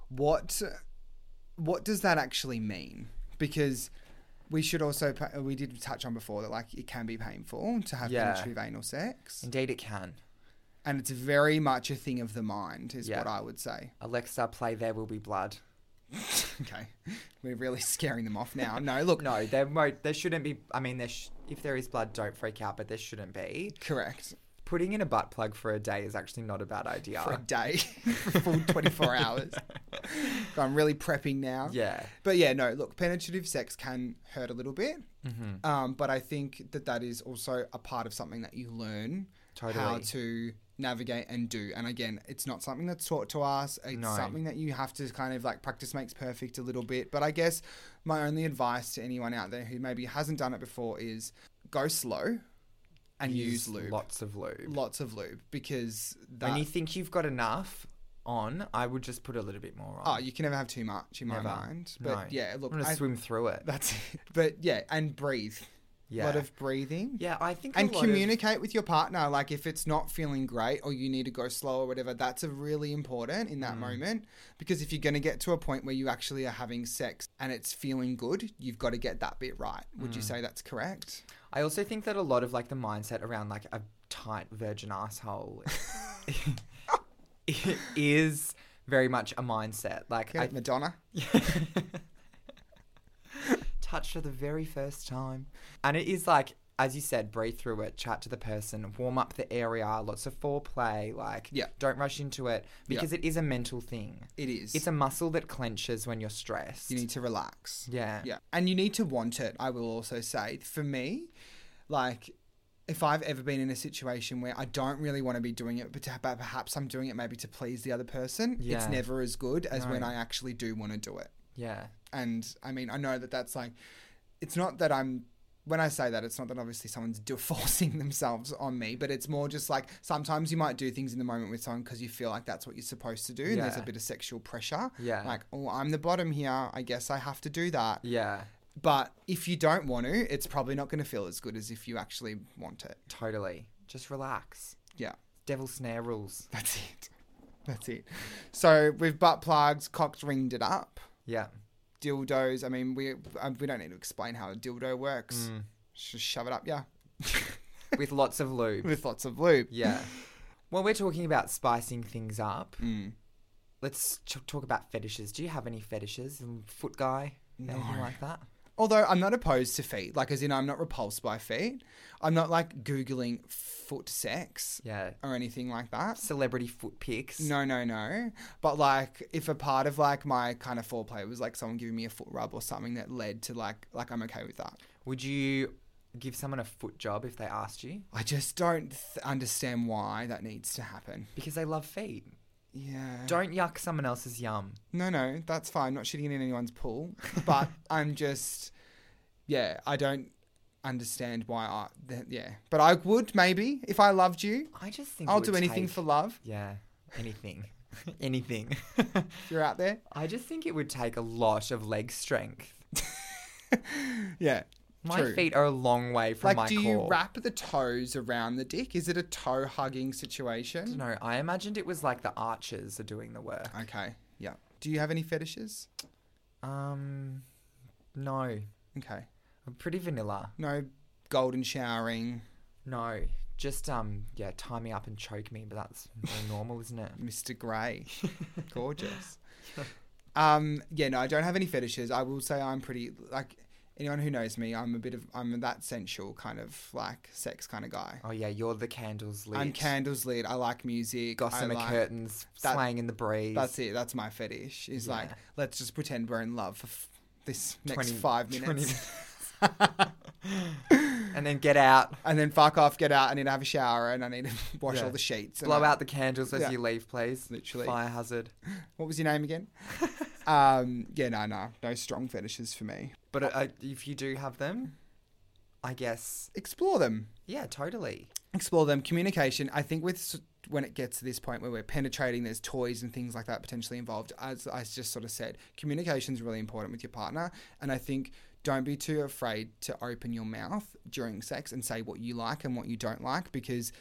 [SPEAKER 1] What what does that actually mean? Because we should also pa- we did touch on before that like it can be painful to have
[SPEAKER 2] Yeah.
[SPEAKER 1] penetrative anal sex,
[SPEAKER 2] Indeed, it can.
[SPEAKER 1] and it's very much a thing of the mind, is
[SPEAKER 2] Yeah.
[SPEAKER 1] what I would say.
[SPEAKER 2] Alexa, play There Will Be Blood.
[SPEAKER 1] okay, we're really scaring them off now. No, look,
[SPEAKER 2] No, there won't. There shouldn't be. I mean, there sh- if there is blood, don't freak out, but there shouldn't be.
[SPEAKER 1] correct.
[SPEAKER 2] Putting in a butt plug for a day is actually not a bad idea.
[SPEAKER 1] For a day, for a full twenty four hours. So I'm really prepping now.
[SPEAKER 2] Yeah.
[SPEAKER 1] But yeah, no, look, penetrative sex can hurt a little bit.
[SPEAKER 2] Mm-hmm.
[SPEAKER 1] Um, but I think that that is also a part of something that you learn how
[SPEAKER 2] Totally.
[SPEAKER 1] to navigate and do. And again, it's not something that's taught to us. It's
[SPEAKER 2] No.
[SPEAKER 1] something that you have to kind of like practice makes perfect a little bit. But I guess my only advice to anyone out there who maybe hasn't done it before is go slow and use, lube.
[SPEAKER 2] Lots of lube.
[SPEAKER 1] Lots of lube because that.
[SPEAKER 2] When you think you've got enough on, I would just put a little bit more
[SPEAKER 1] Oh,
[SPEAKER 2] on.
[SPEAKER 1] you can never have too much in
[SPEAKER 2] Never.
[SPEAKER 1] my mind. But
[SPEAKER 2] No.
[SPEAKER 1] yeah, look,
[SPEAKER 2] I'm gonna
[SPEAKER 1] I-
[SPEAKER 2] swim through it.
[SPEAKER 1] that's it. But yeah, and breathe.
[SPEAKER 2] Yeah.
[SPEAKER 1] lot of breathing.
[SPEAKER 2] yeah, I think
[SPEAKER 1] And
[SPEAKER 2] a lot of-
[SPEAKER 1] communicate with your partner. Like if it's not feeling great or you need to go slow or whatever, that's a really important in that
[SPEAKER 2] Mm.
[SPEAKER 1] moment. Because if you're going to get to a point where you actually are having sex and it's feeling good, you've got to get that bit right. Would
[SPEAKER 2] Mm.
[SPEAKER 1] you say that's correct?
[SPEAKER 2] I also think that a lot of like the mindset around like a tight virgin asshole is very much a mindset. Like
[SPEAKER 1] Get it, Madonna.
[SPEAKER 2] I touched for the very first time, and it is like. As you said, breathe through it, chat to the person, warm up the area, lots of foreplay, like
[SPEAKER 1] Yeah.
[SPEAKER 2] don't rush into it
[SPEAKER 1] Yeah.
[SPEAKER 2] because it is a mental thing.
[SPEAKER 1] It is.
[SPEAKER 2] It's a muscle that clenches when you're stressed.
[SPEAKER 1] you need to relax.
[SPEAKER 2] yeah.
[SPEAKER 1] Yeah. And you need to want it, I will also say. For me, like, if I've ever been in a situation where I don't really want to be doing it, but to- but perhaps I'm doing it maybe to please the other person, it's
[SPEAKER 2] Yeah.
[SPEAKER 1] never as good as when
[SPEAKER 2] No.
[SPEAKER 1] I actually do want to do it.
[SPEAKER 2] Yeah.
[SPEAKER 1] And I mean, I know that that's like, it's not that I'm. When I say that, it's not that obviously someone's do- forcing themselves on me, but it's more just like sometimes you might do things in the moment with someone because you feel like that's what you're supposed to do. And there's a
[SPEAKER 2] Yeah.
[SPEAKER 1] bit of sexual pressure.
[SPEAKER 2] Yeah.
[SPEAKER 1] Like, oh, I'm the bottom here. I guess I have to do that.
[SPEAKER 2] Yeah.
[SPEAKER 1] But if you don't want to, it's probably not going to feel as good as if you actually want it.
[SPEAKER 2] Totally. Just relax.
[SPEAKER 1] Yeah,
[SPEAKER 2] Devil snare rules.
[SPEAKER 1] that's it. That's it. So with butt plugs, cocked ringed it up.
[SPEAKER 2] Yeah.
[SPEAKER 1] Dildos. I mean, we um, we don't need to explain how a dildo works. Just shove it up, yeah,
[SPEAKER 2] With lots of lube.
[SPEAKER 1] with lots of lube.
[SPEAKER 2] Yeah. Well, we're talking about spicing things up.
[SPEAKER 1] Mm.
[SPEAKER 2] Let's t- talk about fetishes. Do you have any fetishes? Mm, Foot guy? Anything like that?
[SPEAKER 1] Although I'm not opposed to feet, like as in I'm not repulsed by feet. I'm not like googling foot sex
[SPEAKER 2] Yeah.
[SPEAKER 1] or anything like that.
[SPEAKER 2] Celebrity foot pics.
[SPEAKER 1] No, no, no. But like, if a part of like my kind of foreplay was like someone giving me a foot rub or something that led to like, like I'm okay with that.
[SPEAKER 2] Would you give someone a foot job if they asked you?
[SPEAKER 1] I just don't th- understand why that needs to happen.
[SPEAKER 2] Because they love feet.
[SPEAKER 1] Yeah.
[SPEAKER 2] Don't yuck someone else's yum.
[SPEAKER 1] No, no, that's fine. Not shitting in anyone's pool, but I'm just, yeah, I don't understand why I, th- yeah. But I would maybe if I loved you.
[SPEAKER 2] I just think it
[SPEAKER 1] I'll
[SPEAKER 2] would
[SPEAKER 1] do anything
[SPEAKER 2] take-
[SPEAKER 1] for love.
[SPEAKER 2] Yeah. Anything. anything.
[SPEAKER 1] If you're out there,
[SPEAKER 2] I just think it would take a lot of leg strength.
[SPEAKER 1] yeah.
[SPEAKER 2] My
[SPEAKER 1] true.
[SPEAKER 2] feet are a long way from
[SPEAKER 1] Like,
[SPEAKER 2] my
[SPEAKER 1] do
[SPEAKER 2] core.
[SPEAKER 1] you wrap the toes around the dick? Is it a toe hugging situation?
[SPEAKER 2] No, I imagined it was like the archers are doing the work.
[SPEAKER 1] Okay. Yeah. Do you have any fetishes?
[SPEAKER 2] Um, no, I'm
[SPEAKER 1] Okay.
[SPEAKER 2] pretty vanilla.
[SPEAKER 1] No golden showering,
[SPEAKER 2] No, just um, yeah, tie me up and choke me, but that's very normal, isn't it?
[SPEAKER 1] Mr. Grey. Gorgeous. Um, yeah, no, I don't have any fetishes. I will say I'm pretty like anyone who knows me, I'm a bit of I'm that sensual kind of like sex kind of guy.
[SPEAKER 2] Oh yeah, you're the candles lit.
[SPEAKER 1] I'm candles lit. I like music. I
[SPEAKER 2] Gossamer
[SPEAKER 1] like-
[SPEAKER 2] curtains
[SPEAKER 1] that-
[SPEAKER 2] swaying in the breeze.
[SPEAKER 1] That's it. That's my fetish. Is like
[SPEAKER 2] Yeah.
[SPEAKER 1] let's just pretend we're in love for f- this next
[SPEAKER 2] 20
[SPEAKER 1] five
[SPEAKER 2] 20
[SPEAKER 1] minutes,
[SPEAKER 2] and then get out,
[SPEAKER 1] and then fuck off, get out. I need to have a shower, and I need to wash
[SPEAKER 2] Yeah.
[SPEAKER 1] all the sheets. and
[SPEAKER 2] blow
[SPEAKER 1] I-
[SPEAKER 2] out the candles as
[SPEAKER 1] Yeah.
[SPEAKER 2] you leave, please.
[SPEAKER 1] Literally.
[SPEAKER 2] Fire hazard.
[SPEAKER 1] What was your name again? um, yeah, no, no, no strong fetishes for me.
[SPEAKER 2] But uh, uh, if you do have them, I guess
[SPEAKER 1] Explore them.
[SPEAKER 2] yeah, totally.
[SPEAKER 1] explore them. Communication, I think, with s- when it gets to this point where we're penetrating, there's toys and things like that potentially involved. As I just sort of said, communication's really important with your partner, and I think don't be too afraid to open your mouth during sex and say what you like and what you don't like because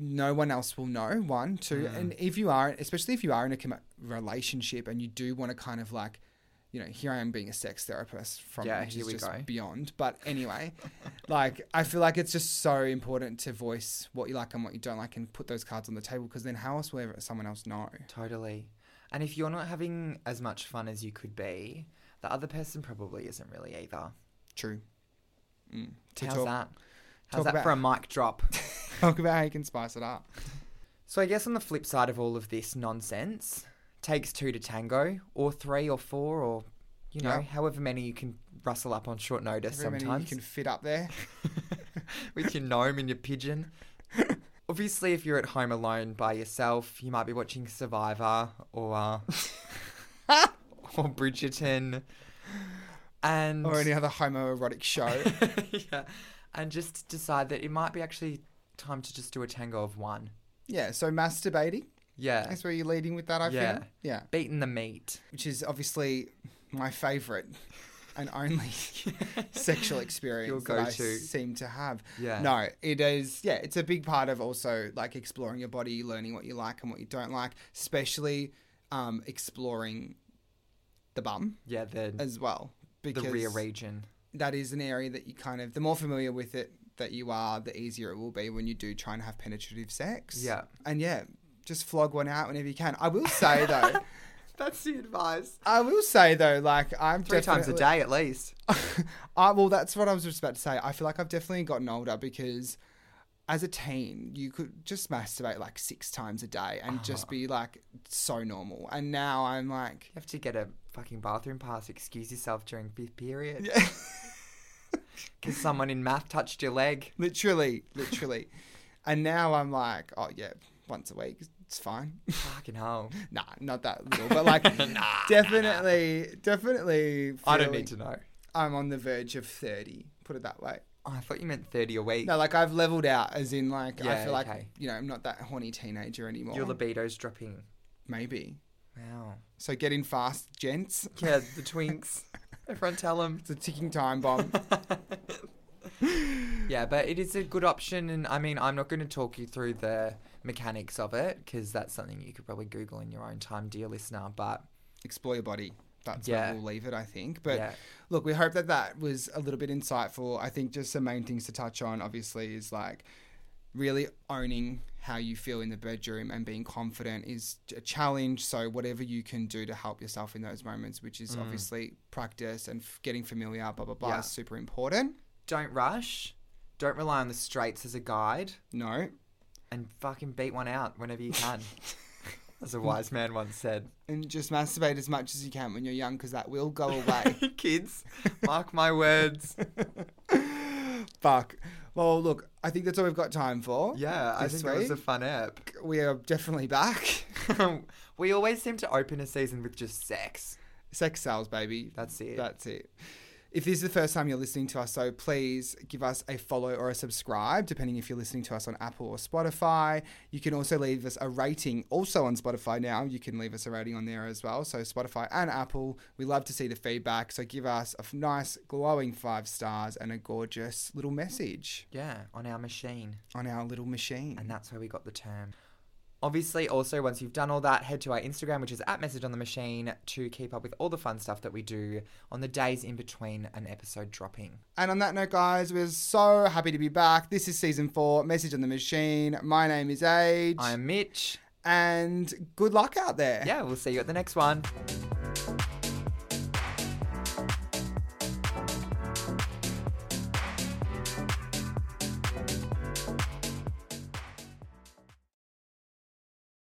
[SPEAKER 1] no one else will know one two
[SPEAKER 2] Hmm.
[SPEAKER 1] and if you are especially if you are in a com- relationship and you do want to kind of like you know here i am being a sex therapist from
[SPEAKER 2] Yeah,
[SPEAKER 1] which is
[SPEAKER 2] here we
[SPEAKER 1] just
[SPEAKER 2] go.
[SPEAKER 1] beyond but anyway like i feel like it's just so important to voice what you like and what you don't like and put those cards on the table because then how else will ever someone else know
[SPEAKER 2] Totally. And if you're not having as much fun as you could be, the other person probably isn't really either.
[SPEAKER 1] true mm. to
[SPEAKER 2] How's
[SPEAKER 1] talk,
[SPEAKER 2] that?
[SPEAKER 1] talk
[SPEAKER 2] How's that
[SPEAKER 1] about-
[SPEAKER 2] for a mic drop?
[SPEAKER 1] talk about how you can spice it up
[SPEAKER 2] Uh, so I guess on the flip side of all of this nonsense, takes two to tango, or three, or four, or you know,
[SPEAKER 1] Yeah.
[SPEAKER 2] however many you can rustle up on short notice.
[SPEAKER 1] However many
[SPEAKER 2] sometimes
[SPEAKER 1] you can fit up there
[SPEAKER 2] with your gnome and your pigeon. Obviously, if you're at home alone by yourself, you might be watching Survivor or uh, or Bridgerton, and
[SPEAKER 1] or any other homoerotic show
[SPEAKER 2] yeah, and just decide that it might be actually time to just do a tango of one.
[SPEAKER 1] yeah so masturbating
[SPEAKER 2] Yeah,
[SPEAKER 1] that's where you're leading with that i
[SPEAKER 2] Yeah.
[SPEAKER 1] feel yeah
[SPEAKER 2] beating the meat.
[SPEAKER 1] which is obviously my favourite and only sexual experience
[SPEAKER 2] Your
[SPEAKER 1] that I
[SPEAKER 2] go-to.
[SPEAKER 1] seem to have.
[SPEAKER 2] Yeah,
[SPEAKER 1] No, it is. Yeah, it's a big part of also like exploring your body, learning what you like and what you don't like, especially um, exploring the bum
[SPEAKER 2] yeah, the
[SPEAKER 1] as well.
[SPEAKER 2] Mm. the
[SPEAKER 1] Because
[SPEAKER 2] rear region.
[SPEAKER 1] that is an area that you kind of the more familiar with it that you are, the easier it will be when you do try and have penetrative sex.
[SPEAKER 2] Yeah,
[SPEAKER 1] and yeah, just flog one out whenever you can. I will say though.
[SPEAKER 2] that's the advice.
[SPEAKER 1] I will say though, like I'm
[SPEAKER 2] Three times a
[SPEAKER 1] definitely-
[SPEAKER 2] day at least.
[SPEAKER 1] I, well, that's what I was just about to say. I feel like I've definitely gotten older because as a teen, you could just masturbate like six times a day and
[SPEAKER 2] Uh-huh.
[SPEAKER 1] just be like so normal. And now I'm like,
[SPEAKER 2] You have to get a fucking bathroom pass. Excuse yourself during fifth period.
[SPEAKER 1] yeah,
[SPEAKER 2] Because someone in math touched your leg.
[SPEAKER 1] literally, literally. and now I'm like, oh yeah, once a week, it's fine.
[SPEAKER 2] Fucking hell.
[SPEAKER 1] nah, not that little, but like, definitely, definitely.
[SPEAKER 2] I don't
[SPEAKER 1] feeling
[SPEAKER 2] need to know.
[SPEAKER 1] I'm on the verge of thirty. Put it that way.
[SPEAKER 2] Oh, I thought you meant 30 a week.
[SPEAKER 1] No, like I've leveled out, as in like I
[SPEAKER 2] Yeah,
[SPEAKER 1] feel like
[SPEAKER 2] okay.
[SPEAKER 1] you know I'm not that horny teenager anymore.
[SPEAKER 2] Your libido's dropping.
[SPEAKER 1] Maybe.
[SPEAKER 2] Wow.
[SPEAKER 1] So get in fast, gents.
[SPEAKER 2] Yeah, the twinks. Everyone tell them.
[SPEAKER 1] It's a ticking time bomb.
[SPEAKER 2] Yeah, but it is a good option. And I mean, I'm not going to talk you through the mechanics of it because that's something you could probably Google in your own time, dear listener. But
[SPEAKER 1] Explore your body. That's
[SPEAKER 2] Yeah.
[SPEAKER 1] where we'll leave it, I think. But
[SPEAKER 2] yeah,
[SPEAKER 1] look, we hope that that was a little bit insightful. I think just some main things to touch on, obviously, is like really owning how you feel in the bedroom and being confident is a challenge. So, whatever you can do to help yourself in those moments, which is obviously practice and f- getting familiar, blah, blah, blah,
[SPEAKER 2] Mm. Yeah.
[SPEAKER 1] is super important.
[SPEAKER 2] don't rush. Don't rely on the straights as a guide
[SPEAKER 1] No.
[SPEAKER 2] and fucking beat one out whenever you can. as a wise man once said.
[SPEAKER 1] And just masturbate as much as you can when you're young because that will go away.
[SPEAKER 2] Kids, mark my words.
[SPEAKER 1] Fuck. Well, look, I think that's all we've got time for.
[SPEAKER 2] Yeah, I
[SPEAKER 1] This
[SPEAKER 2] think that was a
[SPEAKER 1] week?
[SPEAKER 2] fun app.
[SPEAKER 1] We are definitely back.
[SPEAKER 2] we always seem to open a season with just sex.
[SPEAKER 1] Sex sales, baby.
[SPEAKER 2] That's it.
[SPEAKER 1] That's it. If this is the first time you're listening to us, so please give us a follow or a subscribe, depending if you're listening to us on Apple or Spotify. You can also leave us a rating, also on Spotify now. You can leave us a rating on there as well. So, Spotify and Apple, we love to see the feedback. So, give us a f- nice, glowing five stars and a gorgeous little message
[SPEAKER 2] yeah, on our machine.
[SPEAKER 1] on our little machine.
[SPEAKER 2] And that's where we got the term. Obviously, also, once you've done all that, head to our Instagram, which is at message on the machine, to keep up with all the fun stuff that we do on the days in between an episode dropping.
[SPEAKER 1] And on that note, guys, we're so happy to be back. This is season four, Message on the Machine. My name is Age.
[SPEAKER 2] I'm Mitch.
[SPEAKER 1] and good luck out there.
[SPEAKER 2] Yeah, we'll see you at the next one.